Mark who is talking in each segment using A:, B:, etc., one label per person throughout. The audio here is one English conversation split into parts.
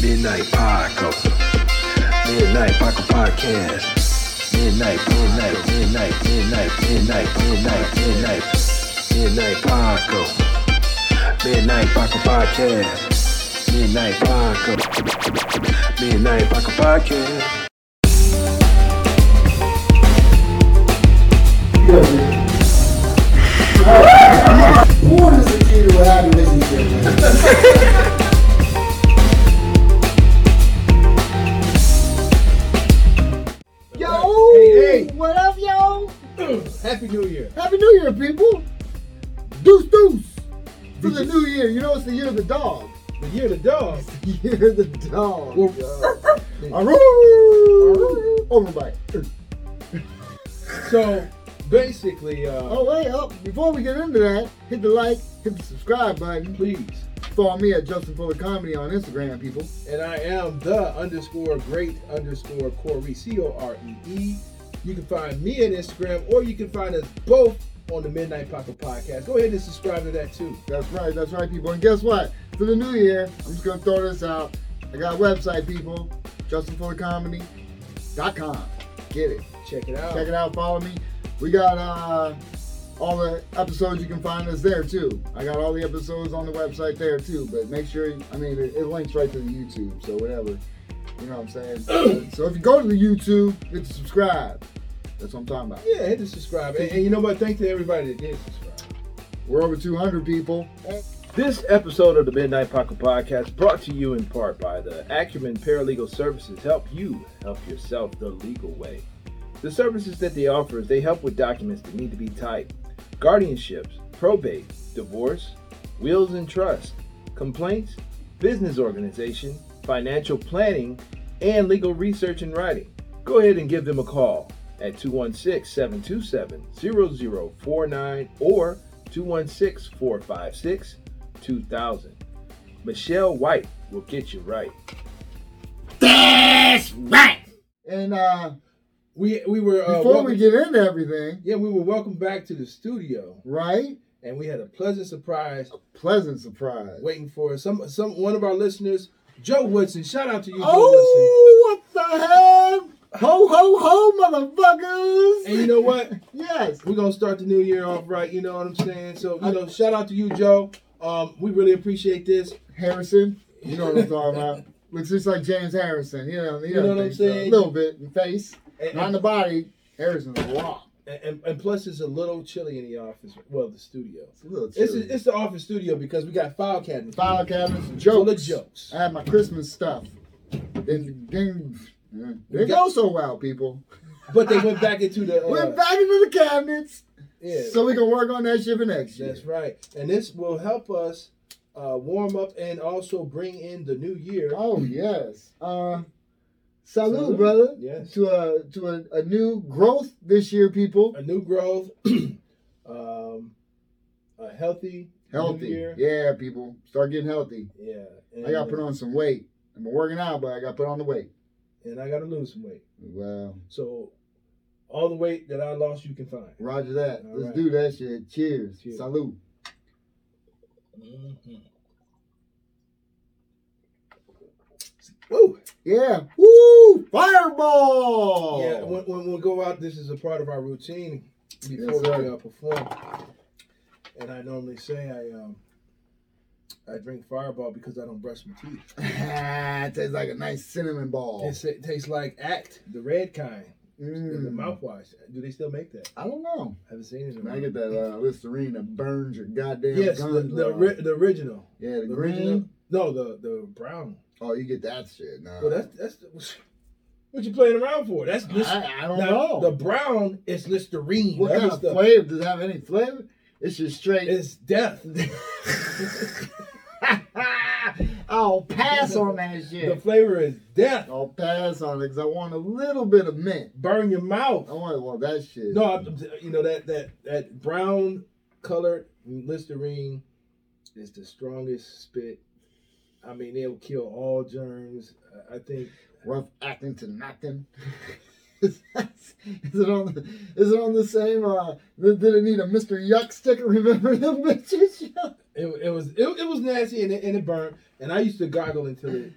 A: Midnight Podco. Midnight Podco Podcast. Midnight, midnight, midnight, midnight, midnight, midnight, midnight. Midnight Podco. Midnight Podco Podcast. Midnight Podco. Midnight Podco Podcast.
B: Porn is the key to a happy relationship. man.
C: Yo,
B: Hey, hey.
C: what up, yo?
B: Happy New Year.
C: Happy New Year, people! Deuce, deuce for the
B: Deuces.
C: new year. You know it's the year of the dog.
B: The year of the dog.
C: Year of the dog.
B: Woof.
C: yo.
B: Aroo.
C: Overbite.
B: So basically, uh,
C: Oh wait, oh, before we get into that, hit the like, hit the subscribe button.
B: please.
C: Follow me at Justin Fuller Comedy on Instagram, people.
B: And I am the underscore great underscore Corey C O R E E. You can find me on Instagram, or you can find us both on the Midnight Pocket Podcast. Go ahead and subscribe to that too.
C: That's right, that's right, people. And guess what? For the new year, I'm just gonna throw this out. I got a website, people. JustinFullerComedy.com. Get it.
B: Check it out.
C: Check it out. Follow me. We got uh, all the episodes. You can find us there too. I got all the episodes on the website there too. But make sure, I mean, it, it links right to the YouTube. So whatever. You know what I'm saying? so if you go to the YouTube, hit the subscribe. That's what I'm talking about.
B: Yeah, hit the subscribe. And, and you know what? Thanks to everybody that did subscribe.
C: We're over 200 people.
B: This episode of the Midnight Pocket Podcast brought to you in part by the Acumen Paralegal Services help you help yourself the legal way. The services that they offer is they help with documents that need to be typed, guardianships, probate, divorce, wills and trust, complaints, business organization, financial planning, and legal research and writing. Go ahead and give them a call at 216 727 0049 or 216 456 2000. Michelle White will get you right.
C: And uh,
B: We, we were uh,
C: before
B: welcome-
C: we get into everything,
B: yeah we were welcome back to the studio
C: right?
B: and we had a pleasant surprise
C: Pleasant surprise.
B: waiting for us. some some one of our listeners Joe Woodson shout out to you Joe Woodson
C: Oh, what the heck? Ho, ho, ho, motherfuckers!
B: and you know what
C: Yes.
B: we're gonna start the new year off right you know what I'm saying so you know shout out to you Joe um we really appreciate this
C: Harrison. You know what I'm talking about. Looks just like James Harrison. You know, you
B: know what I'm saying?
C: A little bit in face,
B: and,
C: not in
B: and,
C: the body. Harrison's raw.
B: and, and plus it's a little chilly in the office well the studio
C: It's a little
B: it's
C: chilly.
B: it's the office studio because we got file cabinets
C: File cabinets, and
B: full of
C: jokes.
B: jokes
C: I had my Christmas stuff. Then, then yeah.
B: We
C: they
B: got-
C: go so well, people.
B: but they went back into the uh,
C: We're back into the cabinets,
B: yeah.
C: so we can work on that shit for next year.
B: That's right. And this will help us uh, warm up and also bring in the new year.
C: Oh yes. Uh, salute,
B: Salute.
C: brother.
B: Yes.
C: To a to a, a new growth this year, people.
B: A new growth, um, a healthy,
C: Healthy.
B: new year.
C: Yeah, people. Start getting healthy.
B: Yeah. And,
C: I gotta put on some weight. I've been working out, but I gotta put on the weight.
B: And I got to lose some weight.
C: Well,
B: So all the weight that I lost, you can find.
C: Roger that.
B: All
C: Let's
B: right.
C: do that shit. Cheers.
B: Cheers.
C: Salute.
B: Mm-hmm. Woo!
C: Yeah. Woo! Fireball.
B: Yeah. When, when we go out, this is a part of our routine before
C: Yes,
B: we
C: sir.
B: uh, perform. And I normally say I um, I drink Fireball because I don't brush my teeth.
C: Ah, tastes like a nice cinnamon ball.
B: It's, it tastes like Act, the red kind, the- the
C: Mm.
B: mouthwash. Do they still make that?
C: I don't know.
B: I haven't seen it. in a
C: When I
B: while.
C: get that uh, Listerine that burns your goddamn
B: Yes, the,
C: gums
B: the,
C: off.
B: ori- the original.
C: yeah, the,
B: The
C: green.
B: original. No, the the brown.
C: Oh, you get that shit now.
B: Well, that's that's the- what you playing around for. That's this.
C: I, I don't
B: now,
C: know.
B: The brown is Listerine.
C: what
B: That
C: kind
B: is
C: of
B: the-
C: flavor? Does it have any flavor? It's just straight.
B: It's death.
C: I'll pass on that shit.
B: The flavor is death.
C: I'll pass on it because I want a little bit of mint.
B: Burn your
C: I
B: mouth.
C: want well that shit.
B: No, I, you know that that that brown colored Listerine is the strongest spit. I mean, it'll kill all germs. I- I think
C: rough acting to nothing. is, that, is it on? The, is it on the same? Uh, did, did it need a Mister Yuck sticker? Remember them bitches?
B: It, it was it, it was nasty and it, and it burned. And I used to gargle until it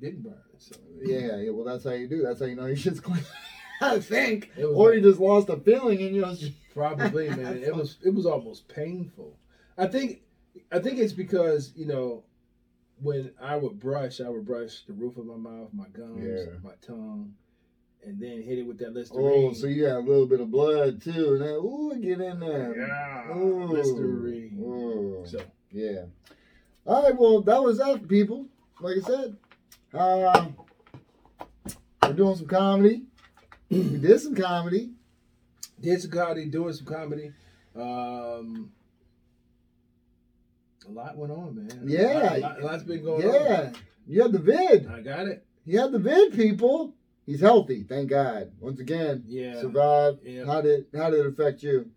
B: didn't burn. So
C: Yeah, yeah. Well, that's how you do. That's how you know your shit's clean. I think,
B: It was
C: or
B: like-
C: you just lost a feeling in your. shit.
B: Probably, man. It was it was almost painful. I think I think it's because, you know, when I would brush, I would brush the roof of my mouth, my gums,
C: Yeah.
B: my tongue, and then hit it with that Listerine.
C: Oh, so you got a little bit of blood too. Now, ooh, get in there.
B: yeah.
C: Ooh.
B: Listerine.
C: Ooh.
B: So
C: Yeah. All right. Well, that was that, people. Like I said, uh, we're doing some comedy. we did some comedy.
B: did some comedy, doing some comedy. Um a lot went on, man.
C: Yeah.
B: A, lot, a lot's been going
C: yeah. You had the vid.
B: on. I got it.
C: You had the vid, people. He's healthy. Thank God. Once again,
B: Yeah.
C: survived.
B: Yeah.
C: How did how did it affect you?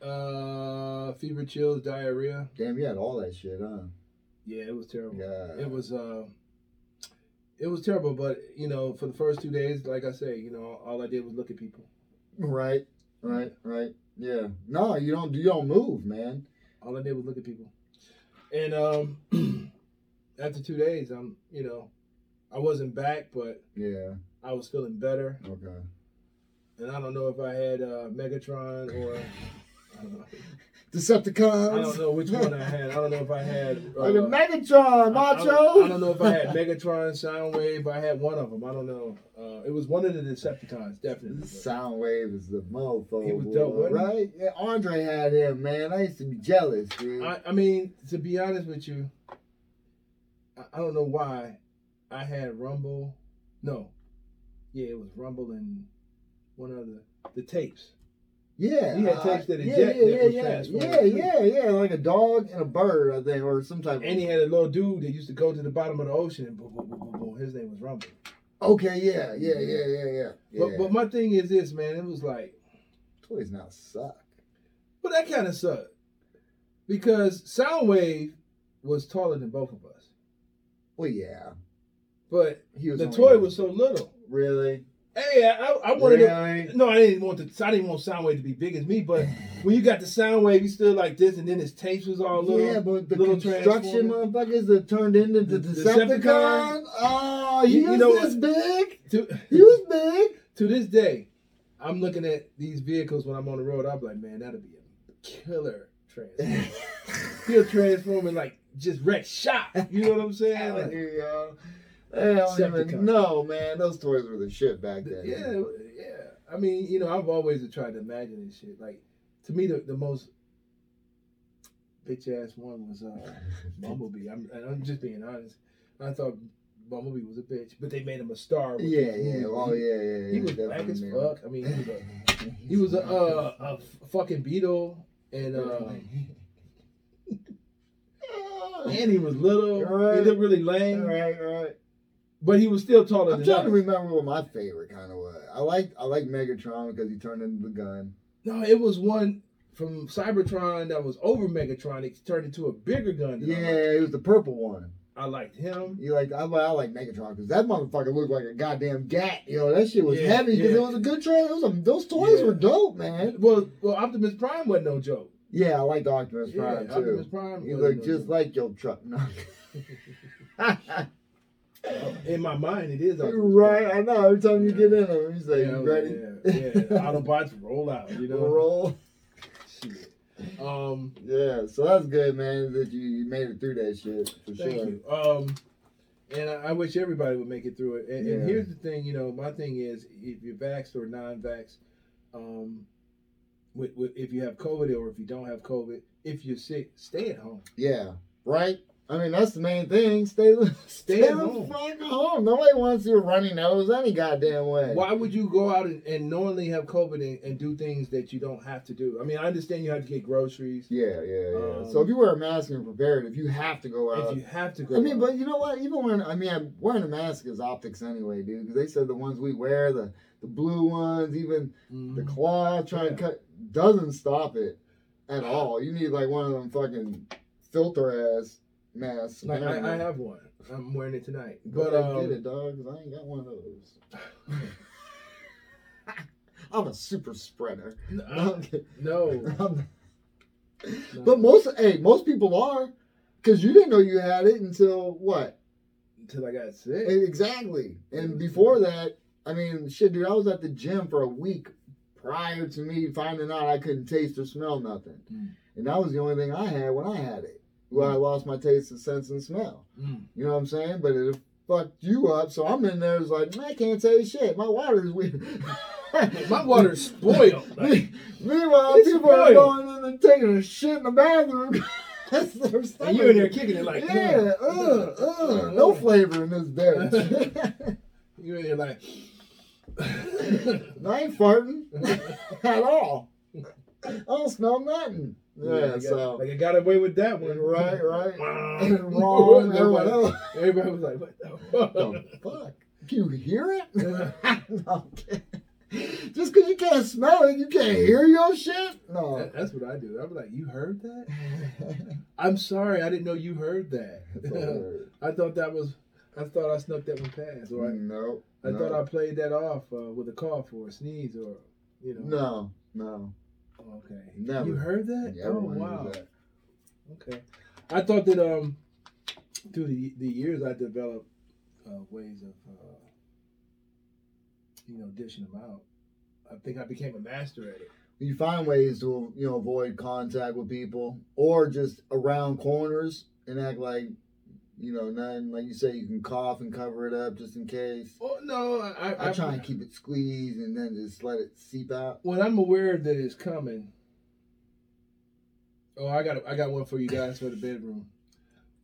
B: Uh fever chills, diarrhea.
C: Damn, you had all that shit, huh?
B: Yeah, it was terrible.
C: Yeah.
B: it was uh it was terrible but you know for the first two days like i say you know all i did was look at people
C: Right. Right. Right. Yeah. No, you don't. You don't move, man.
B: all i did was look at people and um after two days i'm you know i wasn't back but
C: Yeah.
B: i was feeling better
C: Okay.
B: and i don't know if i had uh megatron or uh, I don't, know. I don't
C: Decepticons.
B: know which one I had. I don't know if I had. Uh,
C: Like a Megatron,
B: I- I
C: Macho.
B: don't- I don't know if I had Megatron, Soundwave. I had one of them. I don't know. Uh, it was one of the Decepticons, definitely. but-
C: Soundwave is the mofo,
B: He was
C: boy,
B: dope, wasn't he?
C: right? Yeah, Andre had him, man. I used to be jealous, dude.
B: I, I mean, to be honest with you, I, I don't know why I had Rumble. No, yeah, it was Rumble and one other the tapes.
C: yeah,
B: he had
C: I-
B: tapes that
C: yeah,
B: eject
C: yeah,
B: that was
C: yeah, yeah,
B: transformed.
C: yeah, yeah, yeah, like a dog and a bird, I think, or some type.
B: And he
C: of...
B: had a little dude that used to go to the bottom of the ocean and boom, boom, boom, boom, boom. His name was Rumble.
C: Okay, yeah, yeah, yeah, yeah, yeah. yeah.
B: But but my thing is this, man. It was like,
C: toys now suck.
B: well, that kind of sucked because Soundwave was taller than both of us,
C: Well, yeah,
B: but
C: he was
B: the
C: only-
B: toy was so little.
C: really.
B: Hey, I, I I wanted it.
C: really?
B: No, I didn't want the I didn't want Soundwave to be big as me, but when you got the Soundwave, you still like this, and then his tapes was all little.
C: yeah, but the
B: little
C: construction
B: Transformer.
C: motherfuckers that turned into the
B: The
C: Decepticon.
B: Decepticon.
C: Oh, he
B: You- you
C: was
B: know
C: this big.
B: To,
C: He was big.
B: to this day, I'm looking at these vehicles when I'm on the road. I'm like, man, that'll be a killer transform. He'll transform and like just wreck shop. You know what I'm saying?
C: Hell,
B: Like,
C: here, y'all. Hey, I don't
B: Decepticon.
C: even know, man. Those toys were the shit back then.
B: yeah, yeah. I mean, you know, I've always tried to imagine this shit. Like, to me, the, the most bitch ass one was uh, Bumblebee. I'm, and I'm just being honest. I thought Bumblebee was a bitch, but they made him a star. with
C: Yeah,
B: this movie.
C: yeah. Oh, yeah, yeah. yeah
B: He was black as
C: definitely.
B: fuck. I mean, he was a he was a, uh, a f- fucking beetle, and uh, and he was little.
C: Right.
B: He looked really lame,
C: Right, right.
B: but he was still taller
C: I'm
B: than
C: trying
B: us.
C: to remember what my favorite kind of was. I like I like Megatron because he turned into the gun.
B: no, it was one from Cybertron that was over Megatron. It turned into a bigger gun. than I liked.
C: Yeah, it was the purple one.
B: I liked him.
C: You like I, li- I like Megatron because that motherfucker looked like a goddamn gat. You know that shit was
B: Yeah,
C: heavy because
B: yeah.
C: it was a good trade. Those those toys
B: Yeah.
C: were dope, man.
B: Well, well, Optimus Prime wasn't no joke.
C: Yeah, I liked Optimus
B: Yeah,
C: Prime too.
B: Optimus Prime.
C: You
B: wasn't
C: look
B: no
C: just
B: joke.
C: like your truck. No.
B: In my mind, it is. Optimus
C: right,
B: Prime.
C: I know. Every time you get in him, he's like,
B: yeah,
C: you ready?
B: Yeah, yeah. Autobots roll out. You know.
C: Roll.
B: Shit. Um.
C: Yeah, so that's good, man, that you, you made it through that shit. For
B: Thank
C: sure.
B: you. Um, and I, I wish everybody would make it through it. And, and
C: Yeah.
B: here's the thing, you know, my thing is, if you're vaxxed or non-vaxxed, um, with, with, if you have COVID or if you don't have COVID, if you're sick, stay at home.
C: Yeah, right? I mean, that's the main thing. Stay, stay,
B: at
C: the
B: home.
C: fuck home. Nobody wants your runny nose any goddamn way.
B: Why would you go out and, and knowingly have COVID and, and do things that you don't have to do? I mean, I understand you have to get groceries
C: Yeah, yeah, yeah.
B: Um,
C: so if you wear a mask and you're prepared, if you have to go out.
B: if you have to go.
C: I mean,
B: out.
C: but you know what? Even when I mean, wearing a mask is optics anyway, dude. Because they said the ones we wear, the the blue ones, even
B: Mhm.
C: the claw trying to
B: Yeah.
C: cut doesn't stop it at all. You need like one of them fucking filter ass masks.
B: like I, I
C: Go
B: have one. I'm wearing it tonight.
C: ahead
B: But
C: and
B: um,
C: get it, dog. 'cause I ain't got one of those. I'm a super spreader.
B: no, um, no,
C: but most, hey, most people are, because you didn't know you had it until what?
B: until I got sick.
C: And exactly. And before that, I mean, shit, dude, I was at the gym for a week prior to me finding out I couldn't taste or smell nothing.
B: Mm.
C: And that was the only thing I had when I had it. Well, I lost my taste and sense and smell.
B: Mm.
C: You know what I'm saying? But it fucked you up. So I'm in there, it's like, "Man, I can't taste shit. My water's weird.
B: My water's spoiled. Like,
C: Me- Meanwhile,
B: It's
C: people are
B: spoiled.
C: going in and taking a shit in the bathroom. That's their stomach.
B: and you in there kicking it like,
C: yeah,
B: "Ugh,
C: uh, uh,
B: ugh,
C: no
B: ugh."
C: flavor in this bitch.
B: You in there like,
C: I ain't farting at all. I don't smell nothing. Yeah,
B: I got,
C: so
B: like I got away with that one,
C: right, right, and wrong. Everyone
B: Everybody,
C: else.
B: everybody was like, "What the
C: the fuck? Can you hear it?
B: fuck?"
C: no, I'm kidding. Just because you can't smell it, you can't hear your shit? No.
B: That- That's what I do. I'm like, "You heard that? I'm sorry, I didn't know you heard
C: That's a
B: that.
C: word.
B: I thought that was, I thought I snuck that one past, or I,
C: No.
B: I
C: no,
B: thought I played that off uh, with a cough or a sneeze or, you know."
C: No, no.
B: Okay.
C: Never.
B: You heard that?
C: Yeah,
B: oh
C: everyone
B: wow.
C: knows that.
B: Okay. I thought that um through the the years I developed uh, ways of uh, you know dishing them out. I think I became a master at it.
C: You find ways to, you know, avoid contact with people or just around corners and act like, you know, nothing. Like you say, you can cough and cover it up just in case.
B: Oh no, I I,
C: I try and keep it squeezed and then just let it seep out.
B: when I'm aware that it's coming. Oh, I got a, I got one for you guys for the bedroom.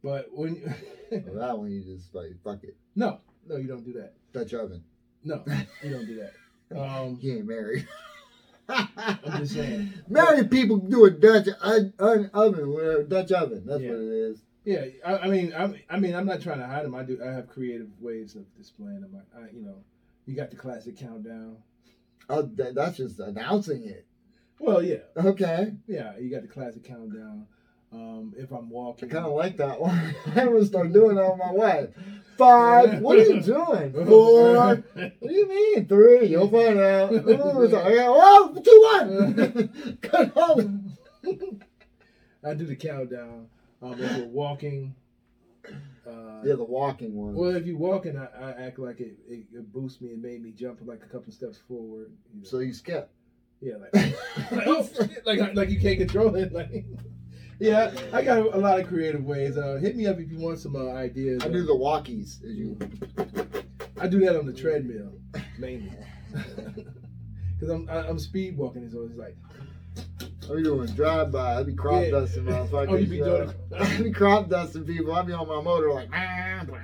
B: But when
C: Well, that one, you just like, fuck it.
B: no no you don't do that
C: Dutch oven.
B: no you don't do that. Um,
C: He ain't married.
B: I'm just saying.
C: Married people do a Dutch un, un, oven, whatever, Dutch oven. That's
B: Yeah.
C: what it is.
B: Yeah, I, I mean, I'm, I mean, I'm not trying to hide them. I do. I have creative ways of displaying them. I, I you know, you got the classic countdown.
C: Oh, that, that's just announcing it.
B: Well, yeah,
C: Okay,
B: yeah, you got the classic countdown. Um, if I'm
C: I
B: walking,
C: kind of like that one. I'm gonna start doing that with my wife. Five. What are you doing? Four. What do you mean three? You'll find out. Ooh, it's like, oh, two, one. Cut all. the-
B: I do the countdown. Um, if we're walking, uh,
C: Yeah, the walking one.
B: well, if you're walking, I, I act like it, it, it boosts me and made me jump like a couple steps forward. you know.
C: So you skip.
B: Yeah, like, like, oh, shit, like, like you can't control it. Like, yeah, I got a lot of creative ways. Uh, hit me up if you want some uh, ideas.
C: I do the walkies. As you.
B: I do that on the treadmill mainly because I'm I, I'm speed walking. It's always like
C: I'll be doing drive by. I'll be crop
B: Yeah.
C: dusting motherfuckers.
B: Oh, you be doing
C: uh,
B: it.
C: I'll be crop dusting people. I'll be on my motor like, "Ah, blah,"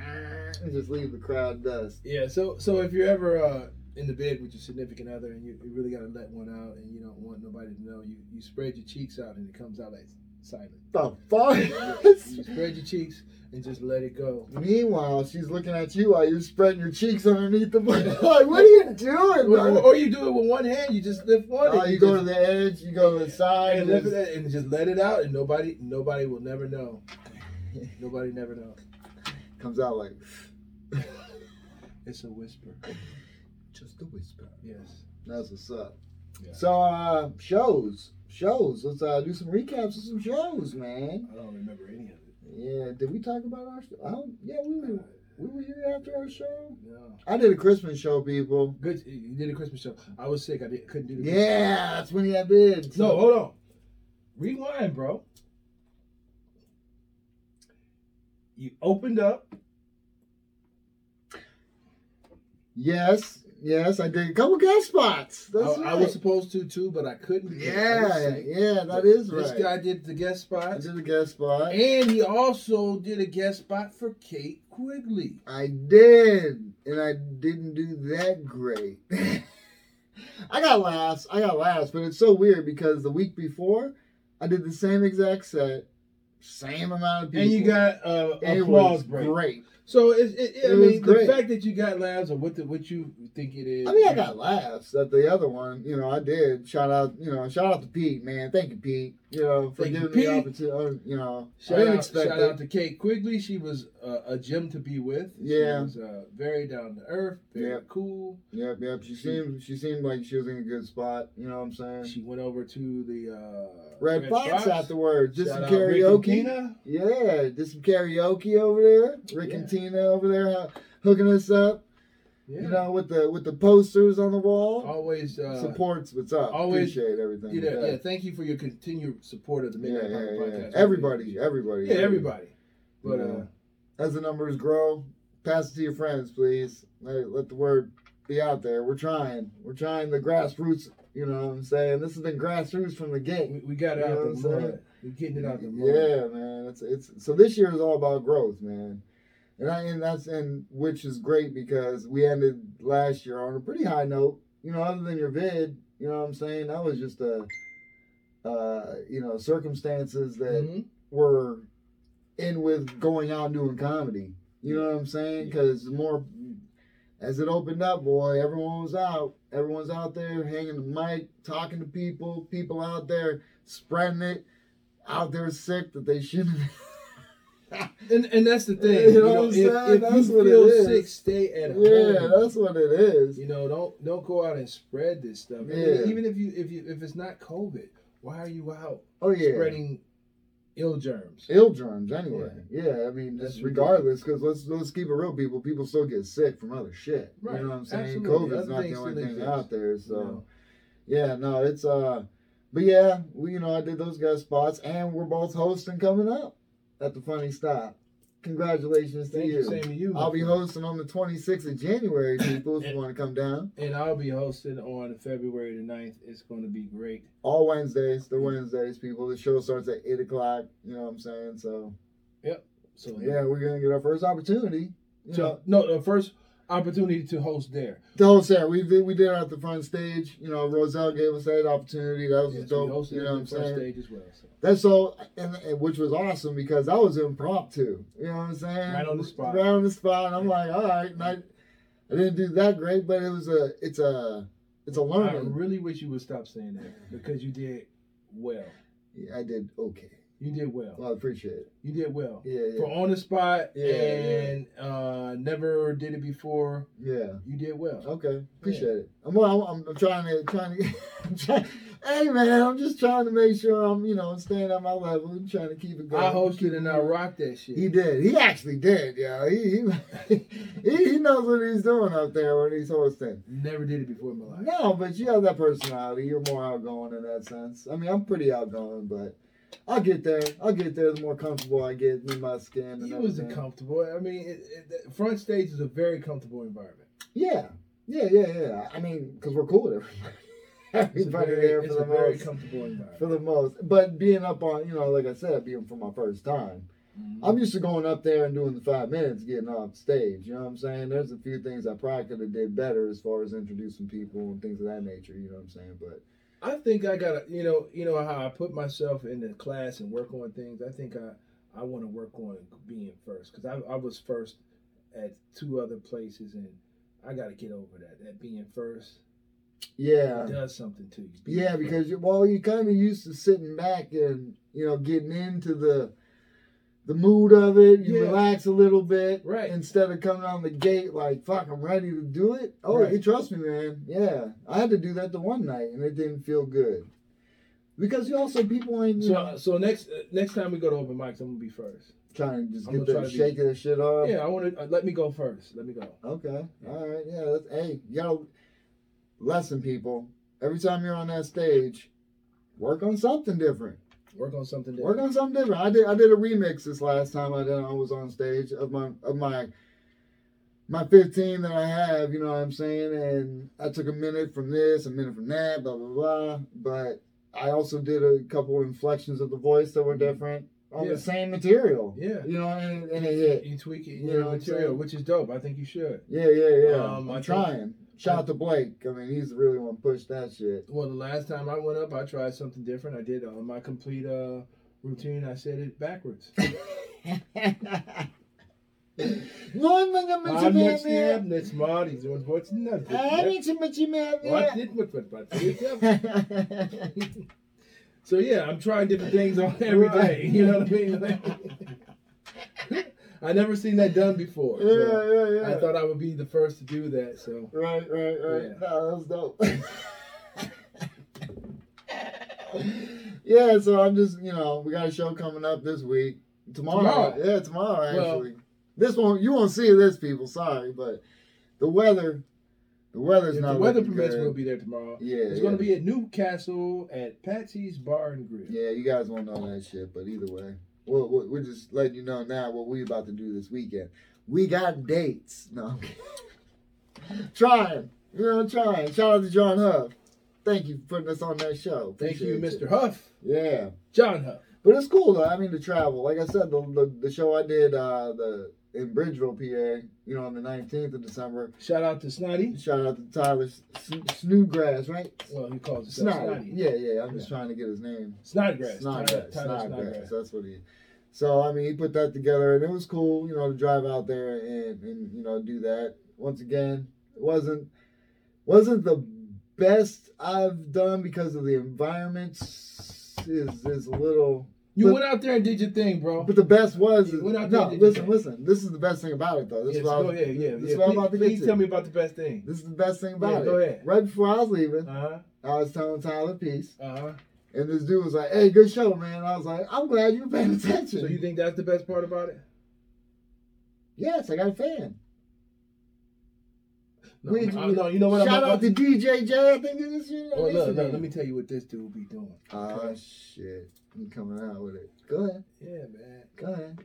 C: and just leave the crowd dust.
B: yeah. So so if you're ever uh, in the bed with your significant other and you, you really got to let one out and you don't want nobody to know, you you spread your cheeks out and it comes out like silent.
C: The fuck?
B: You spread your cheeks and just let it go.
C: Meanwhile, she's looking at you while you're spreading your cheeks underneath the blanket. like, what are you doing?
B: Or,
C: brother?
B: or you do it with one hand. You just lift one.
C: Oh,
B: and
C: you go
B: just-
C: to the edge, you go to the side. And
B: and, live
C: just-
B: it- and just let it out, and nobody, nobody will never know. Nobody never know.
C: comes out like,
B: It's a whisper.
C: just a whisper.
B: Yes.
C: That's what's up.
B: Yeah.
C: So, uh, shows. Shows. Let's uh, do some recaps of some shows, man.
B: I don't remember any of it.
C: Yeah, did we talk about our show? I don't, yeah, we were, we were here after our show.
B: No.
C: I did a Christmas show, people.
B: Good. You did a Christmas show. I was sick. I did, couldn't do the.
C: Yeah, that's when he had bids.
B: No, uh, hold on. Rewind, bro. You opened up.
C: Yes, yes, I did a couple guest spots.
B: I,
C: That's
B: I
C: right.
B: was supposed to too, but I couldn't. because I was
C: yeah,
B: sick.
C: yeah, that is
B: This
C: right.
B: guy did the guest
C: I
B: spot,
C: did a guest spot.
B: and he also did a guest spot for Kate Quigley.
C: I did, and I didn't do that great. I got laughs. I got laughs, but it's so weird because the week before, I did the same exact set, same amount of people,
B: And you got uh,
C: and it
B: applause
C: was
B: break.
C: great.
B: So it, it, it, I
C: It was
B: mean,
C: great.
B: the fact that you got laughs or what the, what you think it is.
C: I mean, I got laughs at the other one. You know, I did. Shout out, you know, shout out to Pete, man. Thank you, Pete. You know, for
B: Thank you,
C: giving me the
B: Pete.
C: opportunity. You know, I
B: Shout,
C: didn't
B: out,
C: expect
B: shout
C: it.
B: out to Kate Quigley. She was uh, a gem to be with.
C: Yeah.
B: She was uh, very down to earth, very
C: Yep.
B: cool.
C: Yep, yep. She seemed, she seemed like she was in a good spot. You know what I'm saying?
B: She went over to the uh,
C: Red, Fox, afterwards, just
B: Shout
C: some
B: out Rick and
C: karaoke.
B: Tina.
C: Yeah, did some karaoke over there. Rick and
B: Yeah.
C: Tina over there uh, hooking us up.
B: Yeah.
C: You know, with the with the posters on the wall.
B: always uh,
C: Supports what's up.
B: always-
C: Appreciate everything.
B: You know, yeah. Thank you for your continued support of the
C: yeah,
B: Midnight
C: yeah,
B: Bible
C: yeah.
B: Podcast.
C: Everybody, everybody.
B: Yeah, everybody. But
C: Yeah.
B: uh,
C: As the numbers grow, pass it to your friends, please. Let, let the word be out there. We're trying. We're trying the grassroots. You know what I'm saying? This has been grassroots from the gate.
B: we, we got
C: You
B: it
C: know
B: out
C: what I'm
B: the
C: saying?
B: mud. We're getting it out the mud.
C: Yeah, man. It's it's so this year is all about growth, man. And I and that's and which is great because we ended last year on a pretty high note. You know, other than your vid, you know what I'm saying? That was just a uh, you know, circumstances that
B: Mhm.
C: were in with going out and doing comedy. You know what I'm saying? Because more as it opened up, boy, everyone was out. Everyone's out there hanging the mic, talking to people. People out there spreading it. Out there sick that they shouldn't.
B: And and that's the thing.
C: You
B: You
C: know what
B: know,
C: I'm
B: if,
C: saying?
B: if
C: That's
B: you
C: what
B: feel
C: it is.
B: sick, stay at
C: yeah,
B: home.
C: that's what it is.
B: You know, don't don't go out and spread this stuff. And
C: Yeah.
B: Even if you if you if it's not COVID, why are you out
C: Oh yeah,
B: spreading ill germs?
C: ill germs anyway. Yeah, I mean,
B: That's
C: just regardless, because let's let's keep it real, people. People still get sick from other shit.
B: Right.
C: You know what I'm saying?
B: Absolutely.
C: COVID's
B: Other
C: not the
B: things
C: only
B: still
C: thing
B: exist.
C: out there, so.
B: You know?
C: Yeah, no, it's uh, but yeah, we you know I did those guys spots, and we're both hosting coming up at the Funny Stop. Congratulations to
B: Thank you,
C: you.
B: same to you.
C: I'll be hosting on the 26th of January, people. if you want to come down,
B: and I'll be hosting on February the 9th. It's going to be great.
C: all Wednesdays, the Wednesdays, people. The show starts at eight o'clock. You know what I'm saying? So
B: So
C: yeah, we're gonna get our first opportunity. You know,
B: So, no, the first opportunity to host there.
C: The whole set. We did, we did it at the front stage. You know, Roselle gave us that opportunity. That was
B: Yes, we
C: dope.
B: hosted
C: You know what
B: the
C: I'm
B: first
C: saying?
B: stage as well. So.
C: That's so, and, and which was awesome because that was impromptu. You know what I'm saying?
B: Right on the spot.
C: Right on the spot. And I'm like, all right, and I, I didn't do that great, but it was a, it's a, it's a
B: I
C: learning.
B: really wish you would stop saying that because you did well.
C: Yeah, I did okay.
B: You did well.
C: Well, I appreciate it.
B: You did well. For
C: Yeah,
B: on the spot
C: Yeah, yeah.
B: and uh, never did it before,
C: yeah, yeah.
B: you did well.
C: Okay, appreciate it. I'm, well, I'm, I'm trying to, trying to, I'm trying, hey man, I'm just trying to make sure I'm, you know, staying at my level and trying to keep it going.
B: I hosted
C: Keep it
B: and I
C: going.
B: rocked that shit.
C: He did. He actually did, yo. He he, he he knows what he's doing out there when he's hosting.
B: never did it before in my life.
C: No, but you have that personality. You're more outgoing in that sense. I mean, I'm pretty outgoing, but I'll get there. I'll get there. The more comfortable I get in my skin. And
B: He was
C: everything.
B: comfortable. I mean, it, it, the front stage is a very comfortable environment.
C: yeah, yeah, yeah, yeah. I mean, because we're cool with everybody.
B: It's a
C: Everybody
B: very,
C: there
B: it's
C: for the
B: a very
C: most.
B: comfortable
C: For
B: environment.
C: the most, but being up on, you know, like I said, being for my first time.
B: Mhm.
C: I'm used to going up there and doing the five minutes, getting off stage. You know what I'm saying? There's a few things I probably could have did better as far as introducing people and things of that nature. You know what I'm saying? But
B: I think I gotta, you know, you know how I put myself in the class and work on things. I think I, I want to work on being first because I, I was first at two other places and I gotta get over that. That being first
C: yeah,
B: does something to you.
C: yeah, because you, well, you kind of used to sitting back and you know getting into the the mood of it. You
B: Yeah.
C: relax a little bit,
B: Right.
C: Instead of coming on the gate like "fuck, I'm ready to do it." Oh,
B: Right.
C: you trust me, man. Yeah, I had to do that the one night and it didn't feel good because you also people ain't you know,
B: So so next uh, next time we go to open mics, I'm gonna be first.
C: trying to just
B: I'm
C: get
B: gonna try
C: that
B: to be-
C: shaking that shit off.
B: Yeah, I want to. Uh, let me go first. Let me go.
C: Okay. All right. Yeah. That's, hey, you gotta lesson people. Every time you're on that stage, work on something different.
B: Work on something. Different.
C: Work on something different. I did. I did a remix this last time I did, I was on stage of my of my my 15 that I have. You know what I'm saying? And I took a minute from this, a minute from that, blah blah blah. But I also did a couple inflections of the voice that were different on
B: Mm-hmm. Yeah.
C: the same material.
B: Yeah.
C: You know, and, and it hit.
B: You tweak it, in
C: You
B: your
C: know what I'm
B: material,
C: saying?
B: which is dope. I think you should.
C: Yeah, yeah, yeah.
B: Um,
C: I'm
B: I think-
C: trying. Shout out to Blake. I mean, he's really one push that shit.
B: Well, the last time I went up, I tried something different. I did uh, my complete uh, routine. I said it backwards.
C: Neun Menge mit
B: I'm
C: mehr
B: next
C: mehr.
B: man, next Marty, doing what's nothing.
C: Ein Menge mit mehr
B: What
C: mehr.
B: did what what what? So yeah, I'm trying different things on every day. You know what I mean? Like, I never seen that done before.
C: Yeah,
B: so
C: yeah, yeah.
B: I thought I would be the first to do that. So
C: Right, right, right.
B: Yeah.
C: No, that was dope. yeah, so I'm just, you know, we got a show coming up this week. Tomorrow.
B: Tomorrow.
C: Yeah, tomorrow,
B: Well,
C: actually. This one you won't see this, people. Sorry, but the weather, the weather's
B: If
C: not.
B: the weather
C: looking
B: permits,
C: good.
B: we'll be there tomorrow.
C: Yeah,
B: It's
C: yeah.
B: going to be at Newcastle at Patsy's Bar and Grill.
C: Yeah, you guys won't know that shit, but either way, we're, we're we're just letting you know now what we about to do this weekend. We got dates. No, I'm kidding. trying. You know, trying. Shout out to John Huff. Thank you for putting us on that show.
B: Thank you,
C: Appreciate
B: Mr. Huff,
C: Yeah,
B: John Huff.
C: but it's cool though. I mean, to travel. Like I said, the the, the show I did uh the in Bridgeville, PA. You know, on the nineteenth of December.
B: Shout out to Snotty.
C: Shout out to Tyler S- Snewgrass, right?
B: Well, he calls himself
C: Snodgrass.
B: Snotty.
C: Yeah, yeah. I'm just trying to get his name.
B: Snodgrass. Tyler-
C: Snodgrass.
B: Tyler
C: Snodgrass.
B: Snodgrass.
C: That's what he. So I mean, he put that together, and it was cool, you know, to drive out there and and you know do that. Once again, it wasn't wasn't the best I've done because of the environment is is a little.
B: You
C: But-
B: went out there and did your thing, bro.
C: But the best was
B: You went out there
C: no.
B: and did
C: Listen,
B: your
C: listen. This is the best thing about it though. This
B: Yes,
C: is what I
B: go
C: was,
B: ahead. Yeah,
C: this
B: yeah.
C: is what I'm
B: Please-
C: about to get
B: Please
C: to.
B: tell me about the best thing.
C: This is the best thing
B: Yeah,
C: about
B: go
C: it.
B: ahead.
C: Right before I was leaving,
B: Uh
C: I was telling Tyler peace,
B: huh. Uh huh.
C: and this dude was like, "Hey, good show, man." I was like, "I'm glad you're paying attention."
B: So you think that's the best part about it?
C: Yes, I got a fan.
B: No,
C: Wait,
B: I- no, you know what?
C: Shout
B: I'm
C: out to DJ J. I think this shit.
B: Oh, look, look, let me tell you what this dude be doing.
C: Oh shit, I'm coming out with it. Go ahead,
B: Yeah, man.
C: go ahead.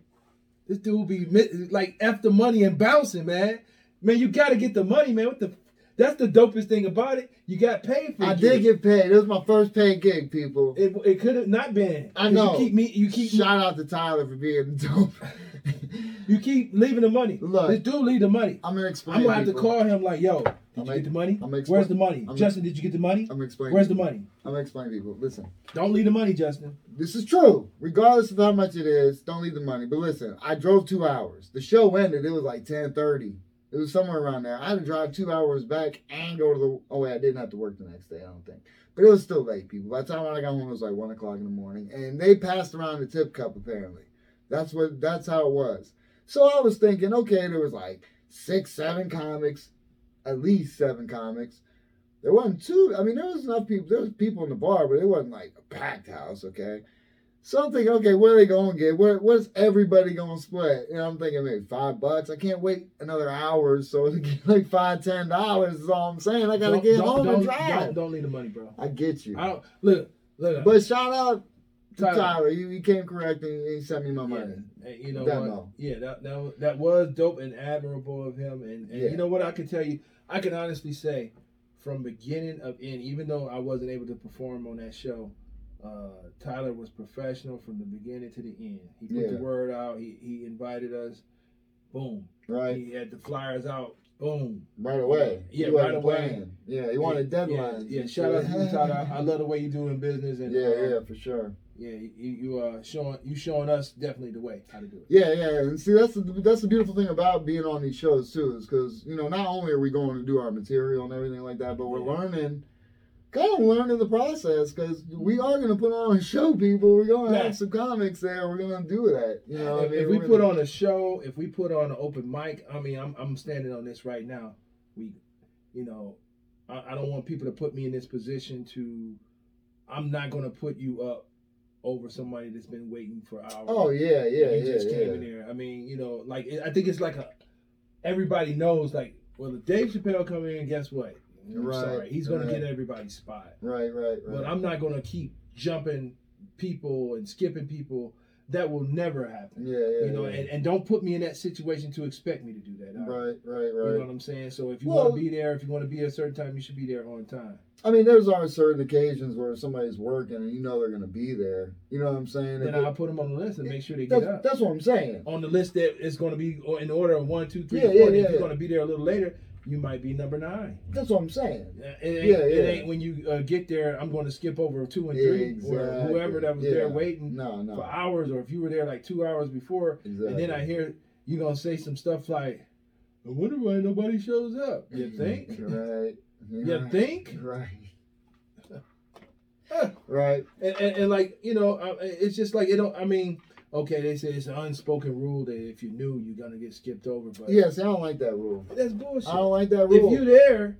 B: This dude be mi- like F the money and bouncing, man. Man, you gotta get the money, man. What the? That's the dopest thing about it. You got paid for.
C: I
B: it.
C: did get paid. It was my first paid gig, people.
B: It, it could have not been.
C: I
B: 'Cause
C: know.
B: You keep me. You keep.
C: Shout out to Tyler for being dope.
B: You keep leaving the money.
C: Look.
B: this dude leave the money.
C: I'm gonna explain.
B: I'm gonna have to
C: people.
B: call him like, yo, did
C: I'm
B: you
C: ex-
B: get the money?
C: I'm ex-
B: Where's the money?
C: I'm-
B: Justin, did you get the money?
C: I'm explaining.
B: Where's the money?
C: I'm gonna explain, people. Listen,
B: Don't leave the money, Justin.
C: this is true. Regardless of how much it is, don't leave the money. But listen, I drove two hours. The show ended. It was like 10:30. It was somewhere around there. I had to drive two hours back and go to the. Oh wait, I didn't have to work the next day. I don't think. But it was still late, people. By the time I got home, it was like one o'clock in the morning, and they passed around the tip cup. Apparently, that's what that's how it was. So I was thinking, okay, there was like six, seven comics, at least seven comics. There wasn't two. I mean, there was enough people. There was people in the bar, but it wasn't like a packed house. Okay, so I'm thinking, okay, what are they gonna get? What what's everybody gonna split? And I'm thinking maybe five bucks. I can't wait another hour, or so to get like five, ten dollars is all I'm saying. I gotta
B: Don't-
C: get
B: don't-
C: home
B: don't,
C: and drive.
B: Don't, don't leave the money, bro.
C: I get you.
B: I don't look. Look.
C: But shout out to
B: Tyler.
C: Tyler. You, you came correct and you sent me my
B: yeah,
C: money.
B: and you know
C: That
B: what?
C: no.
B: Yeah, that, that was- that was dope and admirable of him. And, and
C: Yeah.
B: you know what? I can tell you, I can honestly say, from beginning of end, even though I wasn't able to perform on that show, uh, Tyler was professional from the beginning to the end. He put
C: Yeah.
B: the word out. He he invited us. Boom.
C: Right,
B: He had the flyers out. Boom.
C: right away.
B: Yeah,
C: You had
B: right
C: a
B: away.
C: plan. Yeah, you wanted
B: Yeah,
C: deadlines.
B: Yeah, shout out to you, Tyler. I love the way you doing business, and
C: Yeah,
B: uh,
C: yeah, for sure.
B: yeah, you, you uh showing you showing us definitely the way how to do it.
C: Yeah, yeah, and see that's the that's the beautiful thing about being on these shows too, is because you know not only are we going to do our material and everything like that, but we're
B: Yeah.
C: learning, kind of learning the process because we are going to put on a show, people. We're going to
B: Yeah.
C: have some comics there. We're going to do that. You know, what I
B: if,
C: mean,
B: if we
C: We're
B: put
C: gonna-
B: on a show, if we put on an open mic, I mean, I'm, I'm standing on this right now. We, you know, I, I don't want people to put me in this position to. I'm not gonna put you up over somebody that's been waiting for hours.
C: Oh yeah, yeah,
B: you
C: yeah,
B: just
C: yeah.
B: came in there. I mean, you know, like it, I think it's like a. Everybody knows, like, well, if Dave Chappelle come in, guess what? I'm
C: Right,
B: sorry, he's gonna
C: right.
B: get everybody's spot
C: Right, right, right.
B: but I'm not gonna keep jumping people and skipping people. That will never happen.
C: yeah, yeah,
B: you know,
C: yeah.
B: and, and don't put me in that situation to expect me to do that. all right?
C: Right, right,
B: You know
C: right.
B: what I'm saying? So if you
C: Well-
B: want to be there, if you want to be at a certain time, you should be there on time.
C: I mean, there's always certain occasions where somebody's working and you know they're going to be there. You know what I'm saying? If
B: Then I'll
C: it-
B: put them on the list and make sure they get
C: that's,
B: up.
C: that's what I'm saying.
B: On the list that is going to be or- in order of one, two, three,
C: Yeah,
B: four.
C: yeah,
B: and if
C: yeah,
B: you're
C: yeah.
B: going to be there a little later, you might be number nine.
C: That's what I'm saying.
B: Uh, It ain't,
C: Yeah,
B: It
C: yeah.
B: ain't when you uh, get there. I'm going to skip over two and three or whoever that was there
C: Yeah.
B: waiting
C: No, no.
B: for hours, or if you were there like two hours before,
C: Exactly.
B: And then I hear you gonna say some stuff like, "I wonder why nobody shows up." You
C: Mm-hmm.
B: think?
C: Right.
B: You think?
C: Right.
B: Huh.
C: Right.
B: And, and, and like you know, I- it's just like it don't. I mean, okay, they say it's an unspoken rule that if you knew, you're gonna get skipped over. But
C: Yeah, see, I don't like that rule.
B: that's
C: I
B: bullshit.
C: don't like that
B: If
C: rule.
B: you there,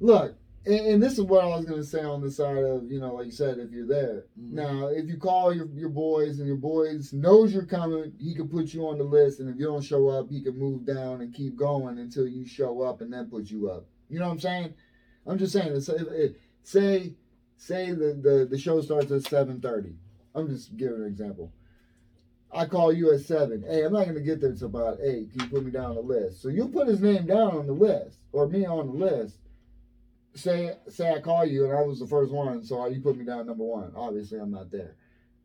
C: Look, and, and this is what I was going to say on the side of you know, like you said, if you're there.
B: Mhm.
C: Now, if you call your, your boys and your boys knows you're coming, he can put you on the list, and if you don't show up, he can move down and keep going until you show up, and then put you up. You know what I'm saying? I'm just saying. It's, it, it, say say the, the the show starts at seven thirty. I'm just giving an example. I call you at seven. Hey, I'm not gonna get there till about eight. Can you put me down on the list? So you put his name down on the list, or me on the list. Say say I call you and I was the first one, so you put me down number one. Obviously, I'm not there.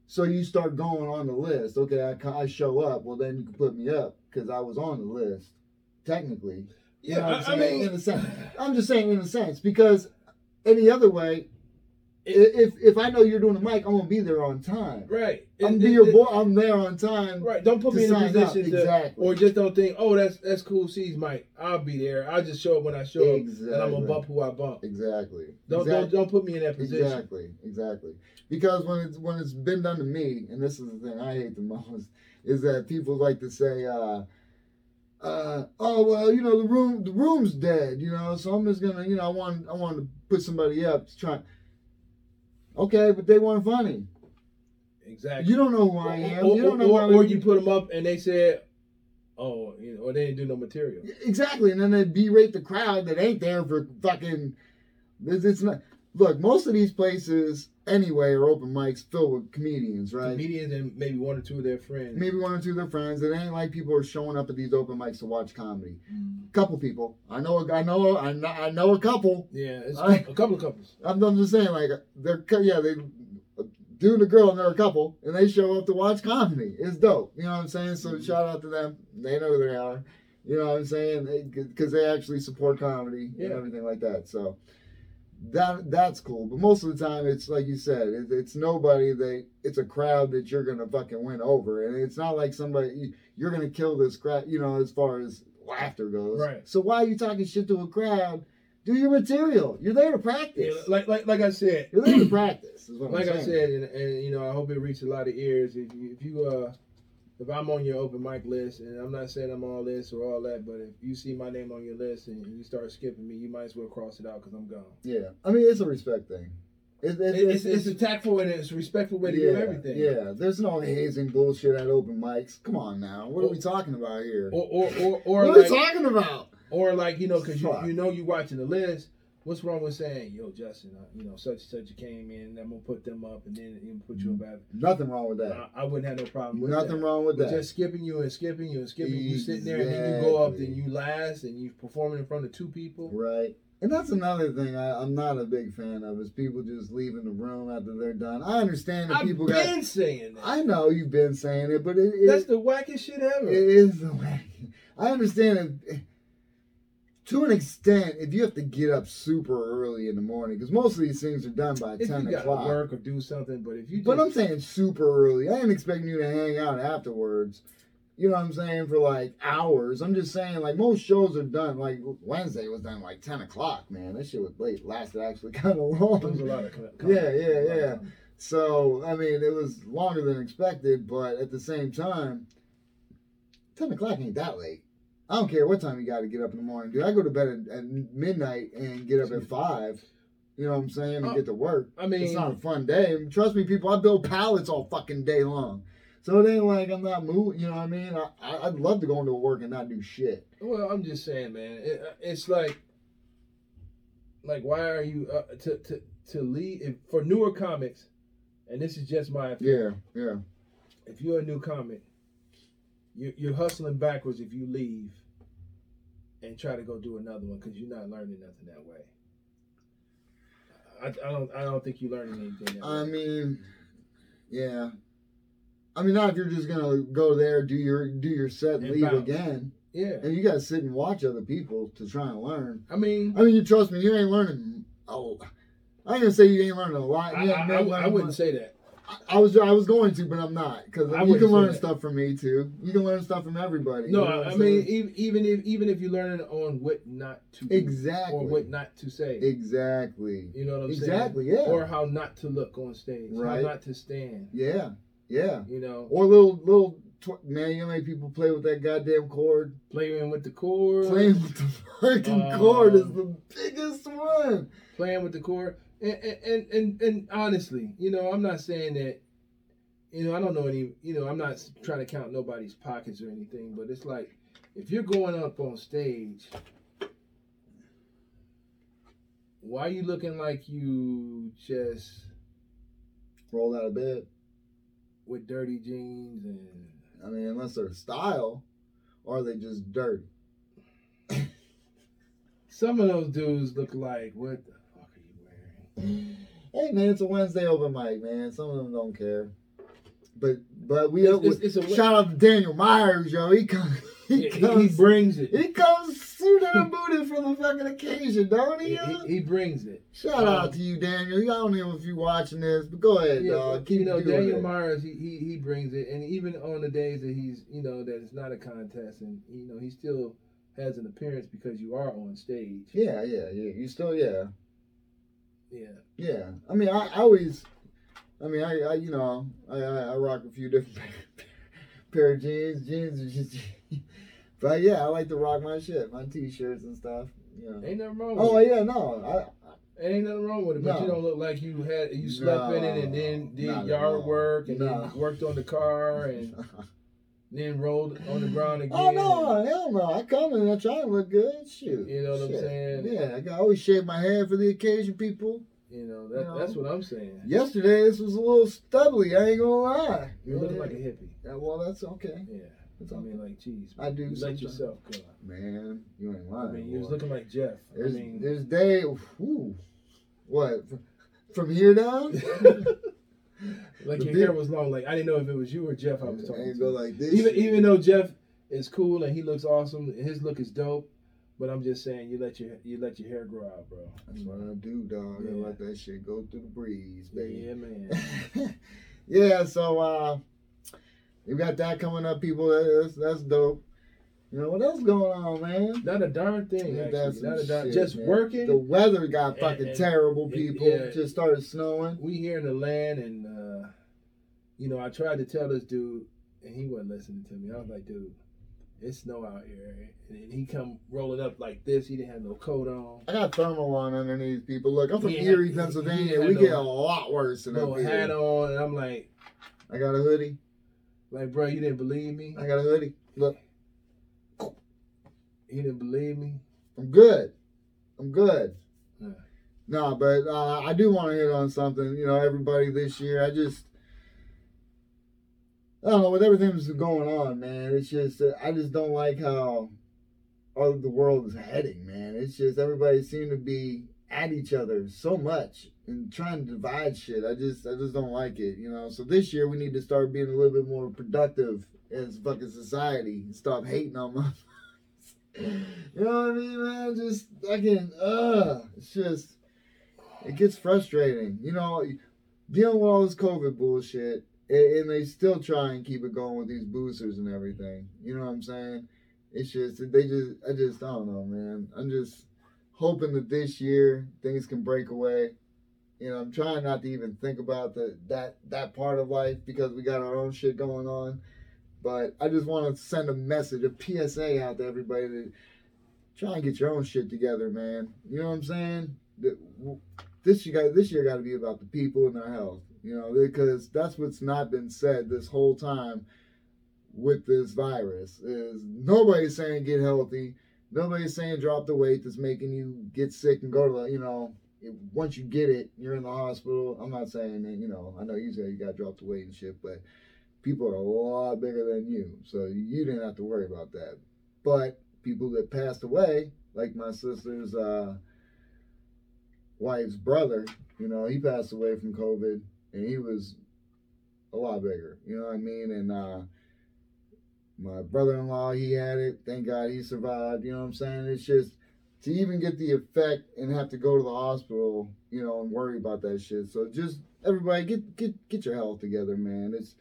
C: So you start going on the list. Okay, I, ca- I show up. Well, then you can put me up because I was on the list, technically. You know what
B: I, I
C: I'm saying?
B: mean,
C: in a sense, I'm just saying in a sense because any other way, i- if if I know you're doing the mic, I'm gonna be there on time.
B: right.
C: I'm
B: It-
C: be
B: it-
C: your
B: it-
C: boy. I'm there on time.
B: Right. Don't put
C: to
B: me in a
C: sign up.
B: position to,
C: Exactly.
B: or just don't think, oh, that's that's cool. Sees Mike. I'll be there. I'll just show up when I show up,
C: Exactly.
B: and I'm gonna bump who I bump.
C: Exactly.
B: Don't
C: exactly.
B: don't don't put me in that position.
C: Exactly, exactly. Because when it's when it's been done to me, and this is the thing I hate the most, is that people like to say, uh, uh, "Oh well, you know the room the room's dead, you know, so I'm just gonna, you know, I want I want to put somebody up to try." Okay, but they weren't funny.
B: Exactly.
C: You don't know who I am.
B: Or,
C: you don't know
B: or,
C: why
B: or you put them up and they said, oh, you know, or they didn't do no material.
C: Exactly, and then they berate the crowd that ain't there for fucking. It's, it's not. Look, most of these places anyway are open mics filled with comedians, right?
B: Comedians and maybe one or two of their friends.
C: maybe one or two of their friends. It ain't like people are showing up at these open mics to watch comedy. Couple people, I know, a- I know, I know, I know a couple.
B: Yeah, it's
C: I-
B: a couple of couples.
C: I'm, I'm just saying, like they're co- yeah, they dude and a girl and they're a couple, and they show up to watch comedy. It's dope, you know what I'm saying? So
B: Mhm.
C: shout out to them. They know who they are. You know what I'm saying? Because they actually support comedy and
B: Yeah.
C: everything like that. So that that's cool. But most of the time, it's like you said, it, it's nobody. They it's a crowd that you're gonna fucking win over, and it's not like somebody you- you're gonna kill this crowd. You know, as far as laughter goes.
B: Right.
C: So why are you talking shit to a crowd? Do your material. You're there to
B: Yeah,
C: practice.
B: like like like I said,
C: You're there to practice. Is what
B: like
C: I'm
B: I
C: saying.
B: said, and, and you know, I hope it reaches a lot of ears. If you, if you uh, if I'm on your open mic list, and I'm not saying I'm all this or all that, but if you see my name on your list and you start skipping me, you might as well cross it out because I'm gone.
C: Yeah, I mean it's a respect thing. It, it,
B: It- It's, it's a tactful and it's a respectful way to do everything.
C: Yeah, there's no hazing bullshit at open mics. Come on now, what are we talking about here?
B: Or or or,
C: What
B: or
C: are we
B: like
C: talking about?
B: or like you know, because you,
C: Fuck.
B: you know you watching the list. What's wrong with saying, yo, Justin, uh, you know, such and such came in, I'm gonna put them up, and then you put you up. after.
C: Nothing wrong with that.
B: I, I wouldn't have no problem with that.
C: Mm-hmm. Nothing wrong with
B: But
C: that.
B: just skipping you and skipping you and skipping you sitting there and then you go up and you last and you performing in front of two people.
C: Right. And that's another thing I, I'm not a big fan of is people just leaving the room after they're done. I understand that
B: I've been
C: people got.
B: saying that.
C: I know you've been saying it, but it, it,
B: That's the wackiest shit ever.
C: It is the way. I understand it eh, to an extent if you have to get up super early in the morning because most of these things are done by
B: if
C: ten
B: you got to
C: o'clock.
B: work or do something, but if you just,
C: But I'm saying super early. I ain't expecting you to hang out afterwards. You know what I'm saying for like hours. I'm just saying like most shows are done. Like Wednesday was done like ten o'clock. Man, that shit was late. Lasted actually kind of long.
B: there's a lot of con-
C: Yeah, yeah,
B: a lot of
C: yeah.
B: con-
C: So I mean, it was longer than expected, but at the same time, ten o'clock ain't that late. I don't care what time you got to get up in the morning, dude. I go to bed at, at midnight and get up at five. You know what I'm saying? And
B: Uh,
C: get to work.
B: I mean,
C: It's not a fun day. And trust me, people. I build pallets all fucking day long. So it ain't like I'm not moving. You know what I mean? I, I, I'd love to go into work and not do shit.
B: well, I'm just saying, man, it, uh, it's like, like, why are you uh, to to to leave if, for newer comics? And this is just my
C: Yeah, yeah.
B: if you're a new comic, you're, you're hustling backwards if you leave and try to go do another one because you're not learning nothing that way. I, I don't I don't think you're learning anything. That
C: I
B: way.
C: mean, yeah. I mean, not if you're just gonna go there, do your do your set, and
B: And
C: leave
B: bounce.
C: again.
B: yeah.
C: And you gotta sit and watch other people to try and learn.
B: I mean,
C: I mean, you trust me, you ain't learning. Oh, I ain't gonna say you ain't learning a lot.
B: I,
C: You
B: I-
C: ain't
B: I-
C: learning
B: I wouldn't
C: much.
B: say that.
C: I was I was going to, but I'm not because
B: I
C: you
B: wouldn't
C: can
B: say
C: learn
B: that.
C: stuff from me too. You can learn stuff from everybody.
B: No,
C: you know what
B: I, I
C: I'm
B: mean,
C: saying?
B: even, even if even if you're learning on what not to do or
C: exactly,
B: what not to say,
C: exactly,
B: you know what I'm
C: exactly.
B: saying,
C: Yeah,
B: or how not to look on stage,
C: Right.
B: how not to stand,
C: yeah, yeah.
B: you know,
C: Or little little tw- man, you know how many people play with that goddamn cord.
B: playing with the chord, Uh,
C: Playing with the fucking cord is
B: Um,
C: the biggest one.
B: playing with the core. And and, and and honestly, you know, I'm not saying that. You know, I don't know any. You know, I'm not trying to count nobody's pockets or anything, but it's like if you're going up on stage, why you looking like you just
C: Roll out of bed.
B: with dirty jeans and
C: I mean, unless they're style, or are they just dirty?
B: some of those dudes look like what the fuck are you wearing?
C: Hey man, it's a Wednesday open mic, man. Some of them don't care. But but we
B: It's- it's- it's a-
C: shout out to Daniel Myers, yo. He comes he
B: Yeah, he, he
C: comes
B: brings it.
C: he comes suited and booted for the fucking occasion, don't he?
B: He,
C: yo?
B: he- he brings it.
C: Shout out to you, Daniel. I don't know if you're watching this, but go ahead,
B: Yeah,
C: dog.
B: but,
C: uh, Keep
B: you know,
C: doing
B: Daniel
C: it.
B: Myers, he, he he brings it, and even on the days that he's you know that it's not a contest, and you know he still has an appearance because you are on stage.
C: yeah, yeah, yeah. You still, yeah,
B: Yeah,
C: yeah. I mean, I, I always, I mean, I, I you know, I, I, I rock a few different pair of jeans, jeans, are just, but yeah, I like to rock my shit, my t-shirts and stuff. You know.
B: ain't nothing wrong. With
C: Oh
B: it.
C: yeah, no, I,
B: ain't nothing wrong with it. But
C: No.
B: you don't look like you had you slept in it, and then
C: No, not
B: did
C: at
B: yard
C: all.
B: work, and
C: No.
B: then worked on the car, and then rolled on the ground again.
C: Oh no, hell no! I come and I try and look good. Shoot,
B: You know what I'm
C: Shit.
B: saying?
C: Yeah, I got- I always shave my hair for the occasion, people.
B: You know that,
C: No.
B: that's what I'm saying.
C: Yesterday, this was a little stubbly. I ain't gonna lie.
B: You're looking like a hippie.
C: Yeah, well, that's okay.
B: Yeah,
C: That's
B: I
C: okay.
B: mean like geez,
C: I do
B: you let
C: sometimes.
B: yourself go.
C: Man, you ain't
B: I
C: lying.
B: mean, you was
C: boy.
B: looking like Jeff. I
C: There's,
B: mean,
C: there's day. Whew, what? fr- From here down?
B: Like
C: The
B: your
C: big-
B: hair was long. Like I didn't know if it was you or Jeff I was
C: I
B: talking
C: ain't go
B: to.
C: like this.
B: Even even though Jeff is cool and he looks awesome, and his look is dope. But I'm just saying, you let your you let your hair grow out, bro.
C: That's what I do, dog. I
B: Yeah.
C: let that shit go through the breeze, baby.
B: Yeah, man.
C: yeah, so uh we got that coming up, people. That- That's that's dope. You know what else going on, man?
B: Not a darn thing.
C: Ain't
B: Actually.
C: that some
B: Not a darn.
C: shit,
B: just
C: man?
B: working.
C: The weather got
B: And-
C: fucking
B: and-
C: terrible,
B: and-
C: people.
B: yeah.
C: Just started snowing.
B: We here in the land, and uh, you know, I tried to tell this dude, and he wasn't listening to me. I was like, dude, it's snow out here, and then he come rolling up like this. He didn't have no coat on,
C: I got thermal on underneath, people. Look, I'm from
B: Yeah.
C: Erie, Pennsylvania.
B: Yeah,
C: we
B: no-
C: get a lot worse than
B: no
C: up here.
B: hat on, and I'm like,
C: I got a hoodie.
B: like, bro, you didn't believe me.
C: I got a hoodie.
B: He didn't believe me.
C: I'm good. I'm good.
B: Yeah.
C: No, but uh, I do want to hit on something. You know, everybody this year, I just, I don't know, with everything that's going on, man, it's just, uh, I just don't like how all the world is heading, man. It's just everybody seem to be at each other so much and trying to divide shit. I just, I just don't like it, you know. So this year we need to start being a little bit more productive as fucking society and stop hating on motherfuckers. You know what I mean, man? Just fucking, uh, it's just it gets frustrating. You know, dealing with all this COVID bullshit, and, and they still try and keep it going with these boosters and everything. You know what I'm saying? It's just that they just I just I don't know, man. I'm just hoping that this year things can break away. You know, I'm trying not to even think about the that that part of life because we got our own shit going on. But I just want to send a message, a PSA out to everybody to try and get your own shit together, man. You know what I'm saying? That- this year got this year got to be about the people and their health, you know, because that's what's not been said this whole time with this virus is nobody's saying get healthy, nobody's saying drop the weight that's making you get sick and go to the, you know, it, once you get it, you're in the hospital. I'm not saying that, you know, I know you say you got to drop the weight and shit, but people are a lot bigger than you, so you didn't have to worry about that. But people that passed away, like my sister's uh, wife's brother, you know, he passed away from COVID, and he was a lot bigger. You know what I mean? And uh, my brother-in-law, he had it. Thank God he survived. You know what I'm saying? It's just to even get the effect and have to go to the hospital, you know, and worry about that shit. So just everybody get get get your health together, man. It's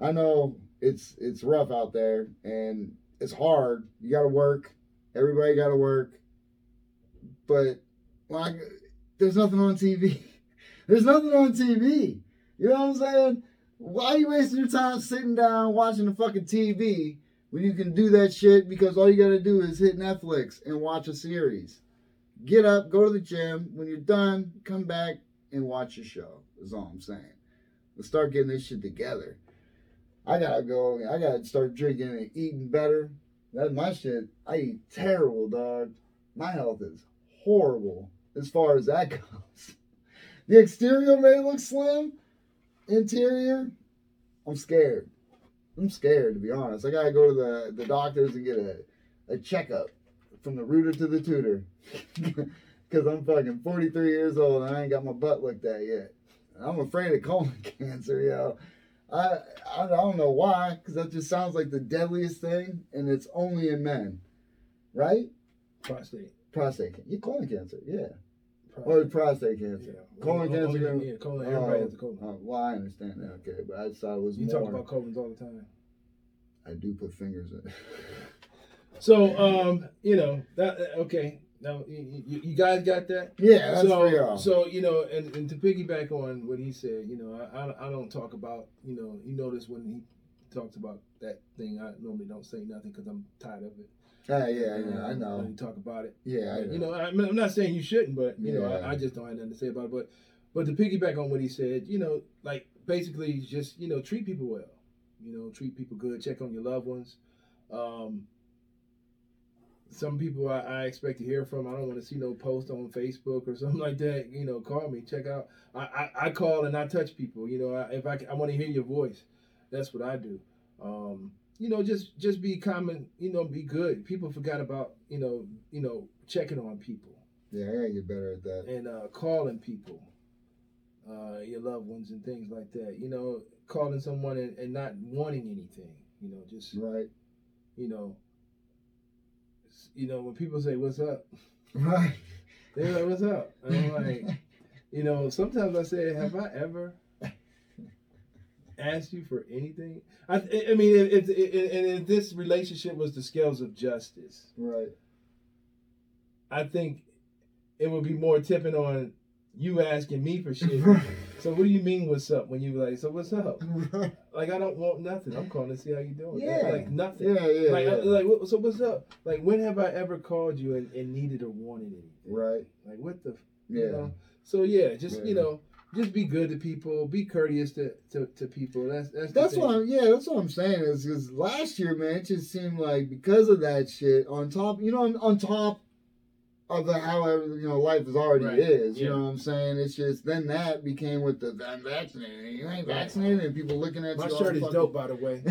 C: I know it's it's rough out there and it's hard. You got to work. Everybody got to work. But like there's nothing on TV. There's nothing on TV. You know what I'm saying? Why are you wasting your time sitting down watching the fucking TV when you can do that shit because all you gotta do is hit Netflix and watch a series. Get up, go to the gym. When you're done, come back and watch your show. Is all I'm saying. Let's start getting this shit together. I gotta go. I gotta start drinking and eating better. That my shit. I eat terrible, dog. My health is horrible as far as that goes. The exterior may look slim. Interior, I'm scared. I'm scared to be honest. I gotta go to the, the doctors and get a, a checkup from the rooter to the tutor. Cause I'm fucking 43 years old and I ain't got my butt looked at yet. And I'm afraid of colon cancer, yo. I, I I don't know why, because that just sounds like the deadliest thing, and it's only in men, right?
B: Prostate.
C: Prostate, can- yeah, colon cancer, yeah, or
B: prostate.
C: prostate cancer.
B: Yeah.
C: Colon
B: Oh, oh,
C: cancer.
B: yeah, yeah, colon. Everybody has a colon.
C: Uh, well, I understand that, okay, but I just thought it was
B: you
C: more.
B: talk about colons all the time.
C: I do put fingers in.
B: So, um, you know that. Okay, now you, you, you guys got that.
C: yeah, that's
B: so,
C: for y'all.
B: so you know, and, and to piggyback on what he said, you know, I, I I don't talk about you know you notice when he talks about that thing, I normally don't say nothing because I'm tired of it.
C: Ah, yeah, yeah, I
B: Um, When
C: know.
B: you talk about it,
C: Yeah, I know.
B: you know, I, am not saying you shouldn't, but you know,
C: Yeah.
B: I, I just don't have nothing to say about it. But but to piggyback on what he said, you know, like basically just you know treat people well, you know, treat people good, check on your loved ones. Um, some people I, I expect to hear from. I don't want to see no post on Facebook or something like that. You know, call me, check out. I, I, I call and I touch people. You know, I, if I, c- I want to hear your voice, that's what I do. Um, you know, just just be common. You know, be good. People forgot about you know you know checking on people
C: Yeah, I gotta get better at that.
B: and uh, calling people, uh, your loved ones and things like that. You know, calling someone and, and not wanting anything. You know, just
C: Right.
B: you know, s- you know when people say what's up,
C: Right.
B: they're like what's up, and I'm like. You know, sometimes I say, have I ever asked you for anything? I, I- I mean, if, if, if, and if this relationship was the scales of justice,
C: right.
B: I think it would be more tipping on you asking me for shit. so what do you mean, what's up? When you like, so what's up?
C: Right.
B: Like, I don't want nothing. I'm calling to see how you doing.
C: Yeah.
B: Like, nothing.
C: Yeah, yeah,
B: Like, I-
C: yeah.
B: like, what- so what's up? Like, when have I ever called you and, and needed or wanted anything?
C: right.
B: Like, what the
C: Yeah.
B: you know? So yeah, just you
C: Yeah.
B: know, just be good to people, be courteous to, to, to people. That's that's the
C: That's
B: thing.
C: what I'm. Yeah, that's what I'm saying. Is because last year, man, it just seemed like because of that shit on top, you know, on, on top of the however you know life is already
B: Right.
C: is. You
B: Yeah.
C: know what I'm saying? It's just then that became with the I'm vaccinated. You ain't vaccinated, and people looking at
B: My
C: you. all
B: shirt is
C: fucking-
B: dope, by the way.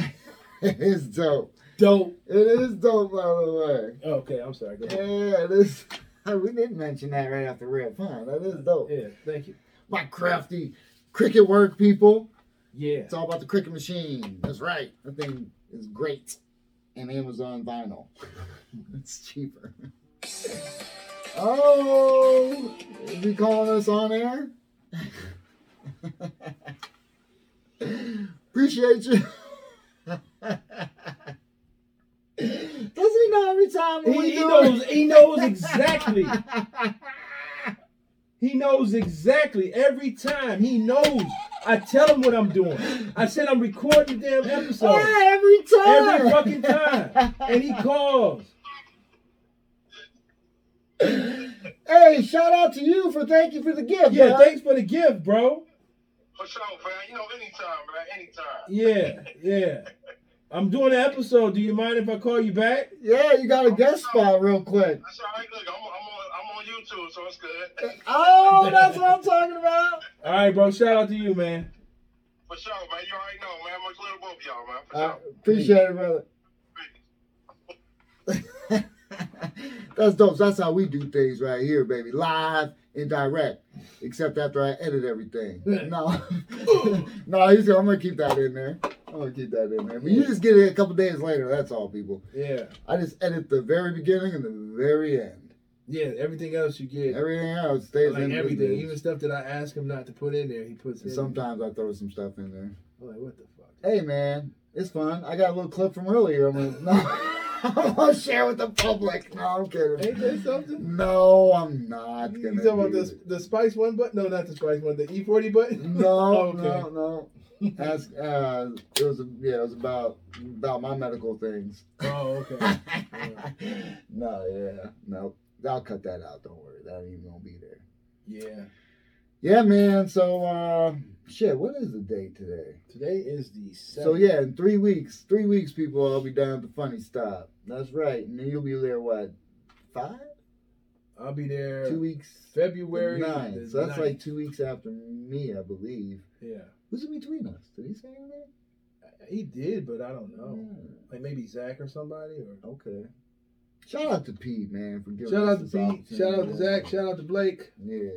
C: it is dope.
B: dope.
C: It is dope, by the way.
B: Okay, I'm sorry. Go ahead.
C: Yeah, it is. We didn't mention that right off the rip, huh? That is dope.
B: Yeah, thank you.
C: my crafty cricket work, people.
B: Yeah,
C: It's all about the cricket machine. That's right. That thing is great. And Amazon vinyl. it's cheaper. Oh, is he calling us on air? Appreciate you. Doesn't he know every time when we
B: he, he
C: do
B: knows.
C: it?
B: He knows exactly. He knows exactly every time. He knows. I tell him what I'm doing. I said I'm recording the damn episode
C: Yeah, every time.
B: every fucking time, and he calls.
C: Hey, shout out to you for thank you for the gift.
B: Yeah,
C: man.
B: thanks for the gift, bro.
D: For sure, man. You know, anytime, man. Anytime.
B: Yeah, yeah. I'm doing an episode. Do you mind if I call you back?
C: yeah, you got a guest spot real quick.
D: That's all right. Look, I'm, I'm on I'm on YouTube, so it's good.
C: Oh, that's what I'm talking about.
B: All right, bro. Shout out to you, man.
D: For sure, man. You already know, man. Much love to both of y'all, man. For
C: I
B: Uh,
D: sure.
C: appreciate it, brother. that's dope. That's how we do things right here, baby. Live and direct. Except after I edit everything. No. no, he's, I'm gonna keep that in there. I'm gonna keep that in there. But you just get it a couple days later, that's all people.
B: Yeah,
C: I just edit the very beginning and the very end.
B: yeah. Everything else you get,
C: Everything else stays
B: like
C: in
B: everything, even
C: everything.
B: stuff that I ask him not to put in there, he puts in.
C: Sometimes I throw some stuff in there.
B: I'm like, what the fuck?
C: Hey man, it's fun. I got a little clip from earlier. I'm gonna no, I'm gonna share with the public. No, I'm
B: Ain't
C: kidding.
B: that something?
C: No, I'm not
B: You
C: gonna.
B: talking about
C: do
B: the,
C: it.
B: the Spice One button? No, not the Spice One. The E forty button.
C: No,
B: okay.
C: no, no. Ask. Uh, it was yeah. It was about about my medical things.
B: Oh, okay.
C: no, yeah, no. I'll cut that out. Don't worry. not even gonna be there.
B: Yeah.
C: Yeah, man. So uh shit, what is the date today?
B: Today is the
C: So yeah, in three weeks, three weeks, people, I'll be down at the funny stop. That's right, and then you'll be there what, five,
B: I'll be there
C: two weeks,
B: February
C: nine.
B: the
C: So that's
B: 9th.
C: like two weeks after me, I believe.
B: Yeah.
C: Who's in between us? Did he say anything?
B: He did, but I don't know.
C: Yeah,
B: Like maybe Zach or somebody or
C: Okay. Shout out to Pete, man, for giving
B: Shout
C: us
B: out to
C: this
B: Pete. Shout out to
C: opportunity.
B: Zach. Shout out to Blake.
C: Yeah,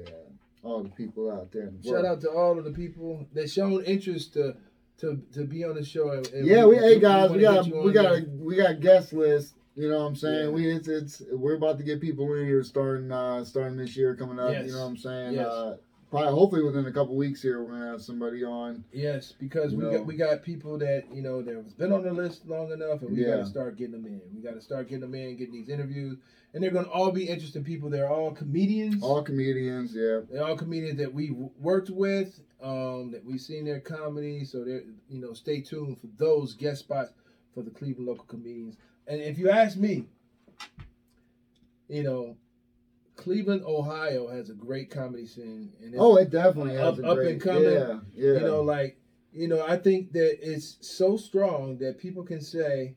C: all the people out there. in the
B: Shout
C: world.
B: out to all of the people that shown interest to to to be on the show. And, and
C: yeah, we, hey guys,
B: wanna
C: we
B: get
C: got
B: you
C: a,
B: on
C: we got
B: there.
C: a, we got a guest list. You know what I'm saying?
B: Yeah.
C: We it's, it's we're about to get people in here starting uh starting this year coming up.
B: Yes.
C: You know what I'm saying?
B: Yes.
C: Uh, probably hopefully within a couple weeks here we're gonna have somebody on.
B: Yes, because we
C: No.
B: got we got people that you know that has been on the list long enough, and we got
C: Yeah.
B: to start getting them in. We got to start getting them in, getting these interviews, and they're going to all be interesting people. They're all comedians.
C: All comedians, yeah.
B: they're all comedians that we w- worked with, um, that we've seen their comedy. So they're you know stay tuned for those guest spots for the Cleveland local comedians. And if you ask me, you know, Cleveland, Ohio has a great comedy scene, and it's
C: Oh, it definitely
B: Up-
C: has a
B: up
C: great,
B: and coming,
C: Yeah, yeah.
B: you know like you know i think that it's so strong that people can say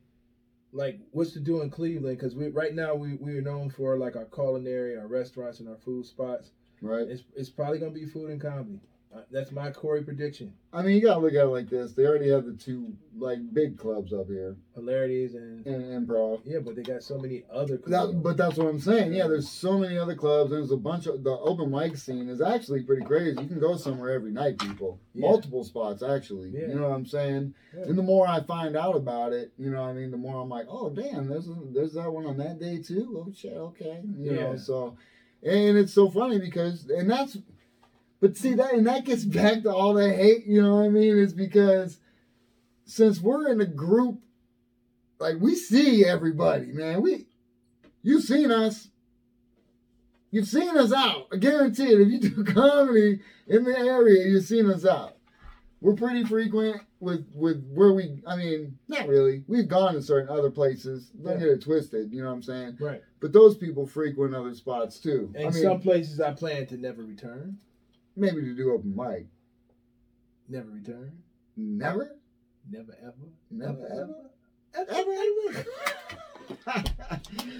B: like what's to do in cleveland because we right now we, we are known for like our culinary our restaurants and our food spots
C: right.
B: it's, it's probably going to be food and comedy uh, that's my corey prediction
C: I mean, you gotta look at it like this. They already have the two like big clubs up here
B: hilarities and
C: in improv.
B: yeah but they got so many other
C: That, but that's what I'm saying. Yeah, there's so many other clubs. There's a bunch of the open mic scene is actually pretty crazy. You can go somewhere every night, people.
B: Yeah.
C: Multiple spots actually.
B: Yeah.
C: You know what I'm saying?
B: Yeah.
C: And the more I find out about it, you know, what I mean, the more I'm like, oh damn, there's there's that one on that day too. Oh shit, okay. You
B: Yeah.
C: know, so and it's so funny because and that's but see that and that gets back to all the hate, you know what I mean? It's because since we're in a group, like we see everybody, man. We you've seen us. You've seen us out. I guarantee it. If you do comedy in the area, you've seen us out. We're pretty frequent with with where we. I mean, not really. We've gone to certain other places. Don't
B: Yeah.
C: get it twisted. You know what I'm saying?
B: right
C: But those people frequent other spots too.
B: and
C: I mean,
B: some places i plan to never return
C: maybe to do open mic.
B: never return
C: Never,
B: never ever
C: never, ever.
B: ever, ever, ever.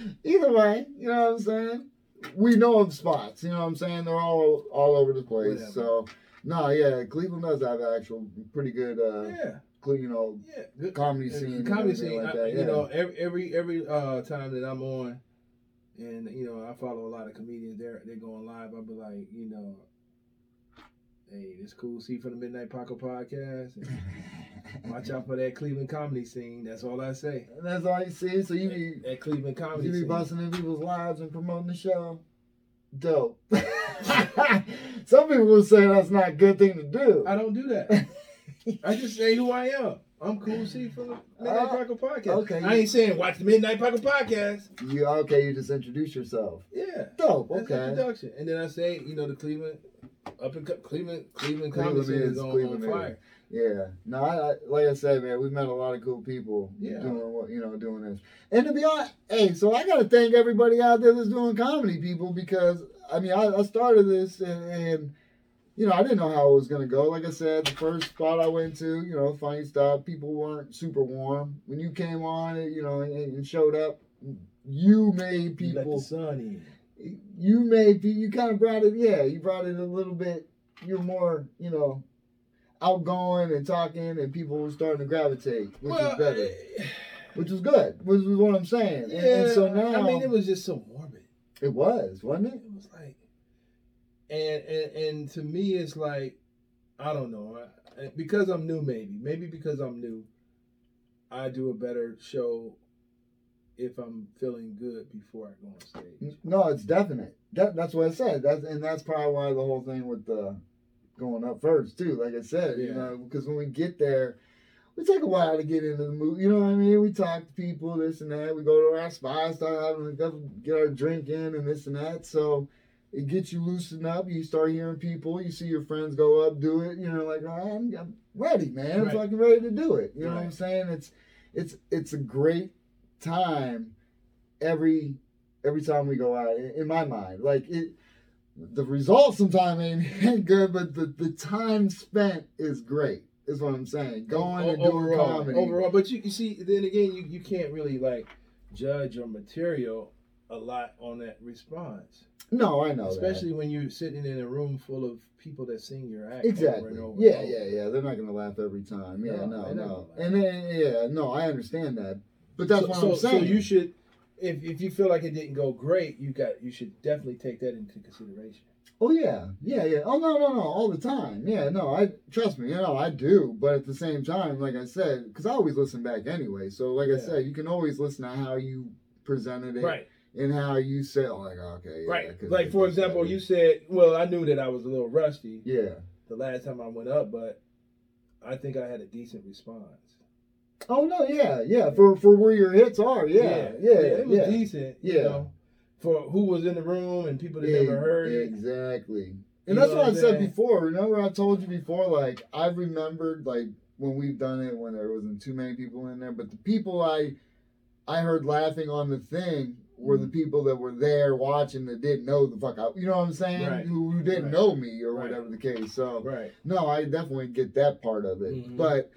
C: Either way, you know what I'm saying? We know of spots, you know what I'm saying? They're all all over the place.
B: Whatever.
C: So no, yeah, Cleveland does have actual pretty good uh
B: yeah
C: cle- you know
B: yeah Good-
C: comedy
B: And
C: scene. and
B: comedy
C: everything
B: scene,
C: like
B: I-
C: that, yeah.
B: you know, every every every uh, time that I'm on, and you know, I follow a lot of comedians. They're they're going live. I'll be like, you know, hey, this cool C from the Midnight Paco podcast. And watch out for that Cleveland comedy scene. That's all I say.
C: And that's all you see. So you be
B: That Cleveland comedy
C: you be
B: scene.
C: busting in people's lives and promoting the show. Dope. Some people will say that's not a good thing to do.
B: I don't do that. I just say who I am. I'm cool C from the Midnight
C: Oh,
B: Paco podcast.
C: okay.
B: I ain't saying watch the Midnight Paco podcast.
C: You okay, you just introduce yourself.
B: Yeah.
C: Dope,
B: That's
C: okay.
B: introduction. And then I say, you know, the Cleveland up in Cleveland, Cleveland comedy
C: Cleveland
B: scene is
C: is-
B: on,
C: Cleveland
B: on
C: is.
B: fire.
C: Yeah. No, I, I like I said, man, we met a lot of cool people
B: Yeah.
C: doing what you know, doing this. And to be honest, hey, so I gotta thank everybody out there that's doing comedy, people, because I mean I, I started this and, and you know, I didn't know how it was gonna go. Like I said, the first spot I went to, you know, funny stuff, people weren't super warm. When you came on, you know, and, and showed up, you made
B: You let the
C: people
B: sun in.
C: you made pe- you kind of brought it yeah you brought it a little bit you're more you know outgoing and talking and people were starting to gravitate which was better
B: eh,
C: which was good which was what i'm saying and,
B: Yeah,
C: and so now
B: I mean, it was just so morbid.
C: was wasn't it
B: It was like, and and and to me, it's like, I don't know, I, I- because I'm new, maybe, maybe because I'm new, I do a better show if I'm feeling good before I go on stage.
C: no it's definite that, that's what i said that's and that's probably why the whole thing with the going up first too like i said you
B: Yeah.
C: know because when we get there we take a while to get into the mood. You know what I mean? We talk to people, this and that. We go to our spots, start having a couple- get our drink in, and this and that. So it gets you loosened up. You start hearing people. You see your friends go up, do it. You know, like "All right, I'm, I'm ready, man. I'm
B: Right.
C: fucking ready to do it. You know what I'm
B: Right.
C: saying? It's it's it's a great time every every time we go out. In, in my mind, like it. the results sometimes ain't, ain't good, but the, the time spent is great. Is what I'm saying. Going and doing
B: Oh, overall,
C: comedy.
B: overall. But you, you see, then again, you, you can't really like judge your material a lot on that response,
C: No, I know. that.
B: especially when you're sitting in a room full of people that sing your act over
C: Exactly.
B: and over.
C: Yeah,
B: and
C: yeah, yeah. They're not gonna laugh every time. Yeah,
B: No,
C: no,
B: they're
C: no.
B: not gonna laugh.
C: And then, yeah, no, I understand that. But that's
B: so,
C: what
B: so,
C: I'm
B: so
C: saying.
B: you should, if, if you feel like it didn't go great, you got you should definitely take that into consideration.
C: oh yeah, yeah, yeah. Oh no, no, no, all the time. Yeah, no. I trust me. You know, I do. But at the same time, like I said, because I always listen back anyway. So like I
B: Yeah.
C: said, you can always listen to how you presented it
B: Right,
C: and how you said, oh, like, okay, yeah, I
B: right.
C: could've
B: Like
C: did
B: for
C: this
B: example,
C: better.
B: you said, "Well, I knew that I was a little rusty
C: Yeah.
B: the last time I went up, but I think I had a decent response."
C: Oh no, yeah, yeah. For for where your hits are, yeah, yeah, yeah.
B: it was decent.
C: Yeah.
B: you know, for who was in the room and people that
C: Yeah,
B: never heard it.
C: Exactly.
B: You
C: And that's
B: know
C: what I
B: what I'm
C: said
B: saying?
C: before. Remember I told you before, like I remembered like when we've done it when there wasn't too many people in there, but the people I I heard laughing on the thing were
B: Mm.
C: the people that were there watching that didn't know the fuck out. You know what I'm saying?
B: Right.
C: Who, who didn't
B: Right.
C: know me or
B: Right.
C: whatever the case. So
B: Right.
C: no, I definitely get that part of it.
B: Mhm.
C: But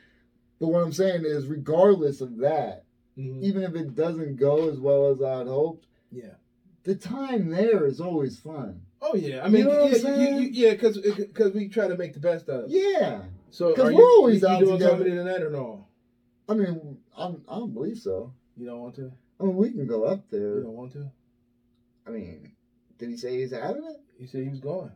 C: but what I'm saying is regardless of that,
B: Mhm.
C: even if it doesn't go as well as I'd hoped,
B: Yeah.
C: the time there is always fun.
B: Oh yeah. I
C: You
B: mean,
C: know what I'm
B: yeah, you, you,
C: saying?
B: yeah, because we try to make the best of. it.
C: Yeah.
B: So
C: 'Cause
B: are
C: we're
B: you,
C: always
B: you,
C: out
B: you doing
C: together.
B: comedy tonight or no?
C: I mean, I'm, I don't believe so.
B: You don't want to.
C: I mean, we can go up there.
B: You don't want to.
C: I mean, did he say he's having it?
B: He said he was going.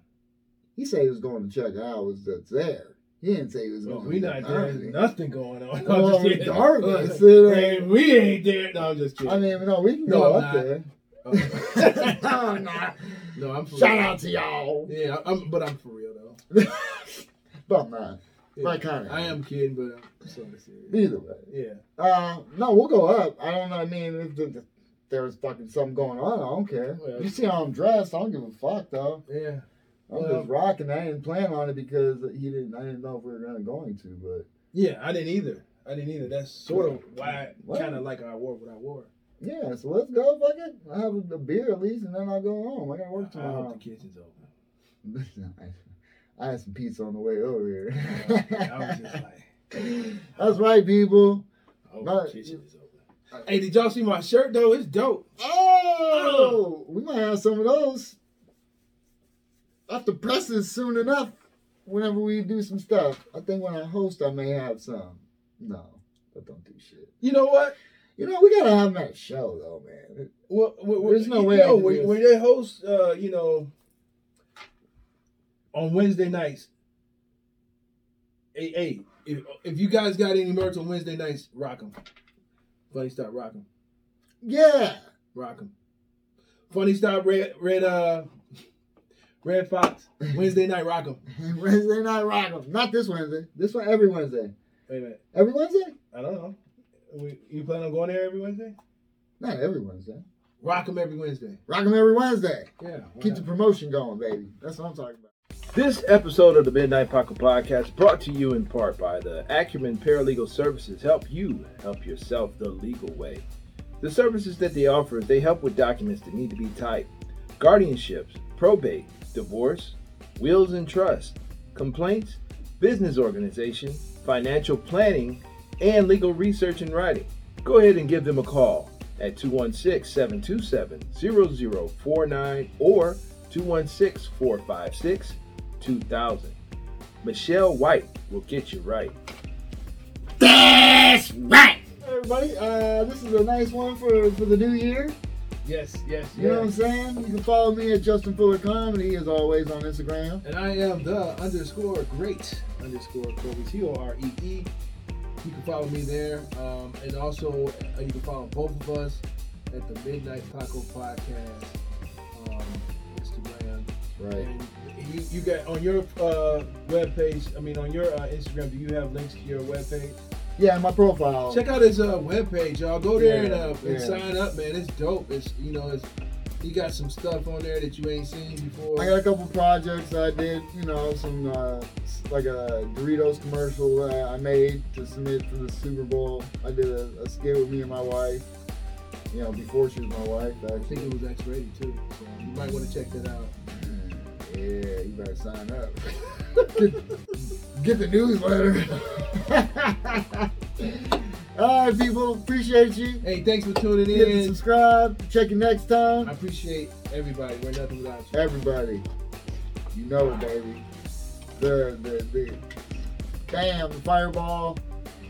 C: He said he was going to check out was that's there. He didn't say he was
B: But
C: going.
B: we
C: to
B: not
C: the
B: there. There's
C: party.
B: nothing going on. I'm
C: Well,
B: just kidding.
C: regardless, you know.
B: Man, we ain't there. No, I'm just kidding.
C: I mean, no, we can
B: No,
C: go
B: I'm
C: up
B: not.
C: there.
B: Oh.
C: I'm not.
B: no, I'm for
C: Shout
B: real.
C: out to y'all.
B: Yeah, I'm, but I'm for real though.
C: But I'm not.
B: Yeah.
C: Like, kinda.
B: I am kidding, but I'm sort of serious.
C: Either way.
B: Yeah.
C: Uh, no, we'll go up. I don't know. I mean, if the, the- there's fucking something going on, I don't care.
B: Well-
C: you see how I'm dressed? I don't give a fuck though.
B: Yeah.
C: I'm
B: Well-
C: just rocking. I didn't plan on it because he didn't. I didn't know if we were gonna going to, but.
B: Yeah, I didn't either. I didn't either. That's sort of why,
C: What?
B: kind of like I wore what I wore.
C: Yeah, so let's go. Fuck it. I have a, a beer at least, and then I'll go home. I gotta work
B: I hope the
C: tomorrow.
B: kitchen's open.
C: I had some pizza on the way over
B: I was just
C: here.
B: like,
C: That's right, people.
B: I hope
C: But-
B: the kitchen is open. Hey, did y'all see my shirt though? It's dope.
C: Oh, we might have some of those. After presses soon enough. Whenever we do some stuff, I think when I host, I may have some. No, I don't do shit.
B: You know what?
C: You know, we gotta have them at a show though, man.
B: Well, well, well,
C: There's no
B: you
C: way I
B: know,
C: could do
B: when,
C: this.
B: when they host, uh, you know, on Wednesday nights. Hey, hey, if, if you guys got any merch on Wednesday nights, rock them. Funny stop, rock them.
C: Yeah,
B: Rock 'em. Funny Stop Red Red uh Red Fox Wednesday night rock 'em.
C: Wednesday night rock 'em. Not this Wednesday. This one every Wednesday.
B: Wait a minute.
C: Every Wednesday?
B: I don't know. We, you plan on going there every Wednesday?
C: Not every Wednesday.
B: Rock 'em every Wednesday.
C: Rock 'em every Wednesday.
B: Yeah.
C: Keep the promotion going, baby. That's what I'm talking about.
B: This episode of the Midnight Pocket Podcast brought to you in part by the Acumen Paralegal Services help you help yourself the legal way. The services that they offer is they help with documents that need to be typed, guardianships, probate, divorce, wills and trust, complaints, business organization, financial planning, and legal research and writing. Go ahead and give them a call at 216 727 0049 or 216 456 2000. Michelle White will get you right.
C: That's right. Everybody, uh, this is a nice one for, for the new year.
B: Yes, yes,
C: You know what I'm saying? You can follow me at Justin Fuller Comedy, as always, on Instagram.
B: And I am the underscore great underscore Corey, T O R E E. You can follow me there. Um, and also, uh, you can follow both of us at the Midnight Taco Podcast um, Instagram.
C: Right.
B: And you, you got on your uh, webpage, I mean, on your uh, Instagram, do you have links to your webpage?
C: Yeah, my profile.
B: Check out his uh, webpage, y'all. Go there and, uh,
C: Yeah, yeah.
B: and sign up, man. It's dope. It's, you know, it's. He got some stuff on there that you ain't seen before.
C: I got a couple projects I did, you know, some uh, s- like a Doritos commercial uh, I made to submit for the Super Bowl. I did a, a skit with me and my wife, you know, before she was my wife.
B: I think
C: Actually.
B: it was X rated too, so you might want to check that out.
C: Yeah, you better sign up. get, get the newsletter. All right, people. Appreciate you.
B: Hey, thanks for tuning
C: Hit and
B: in.
C: subscribe. Check you next
B: I
C: time.
B: appreciate everybody. We're nothing without you.
C: Everybody, you know it, baby. The the the bam, the fireball,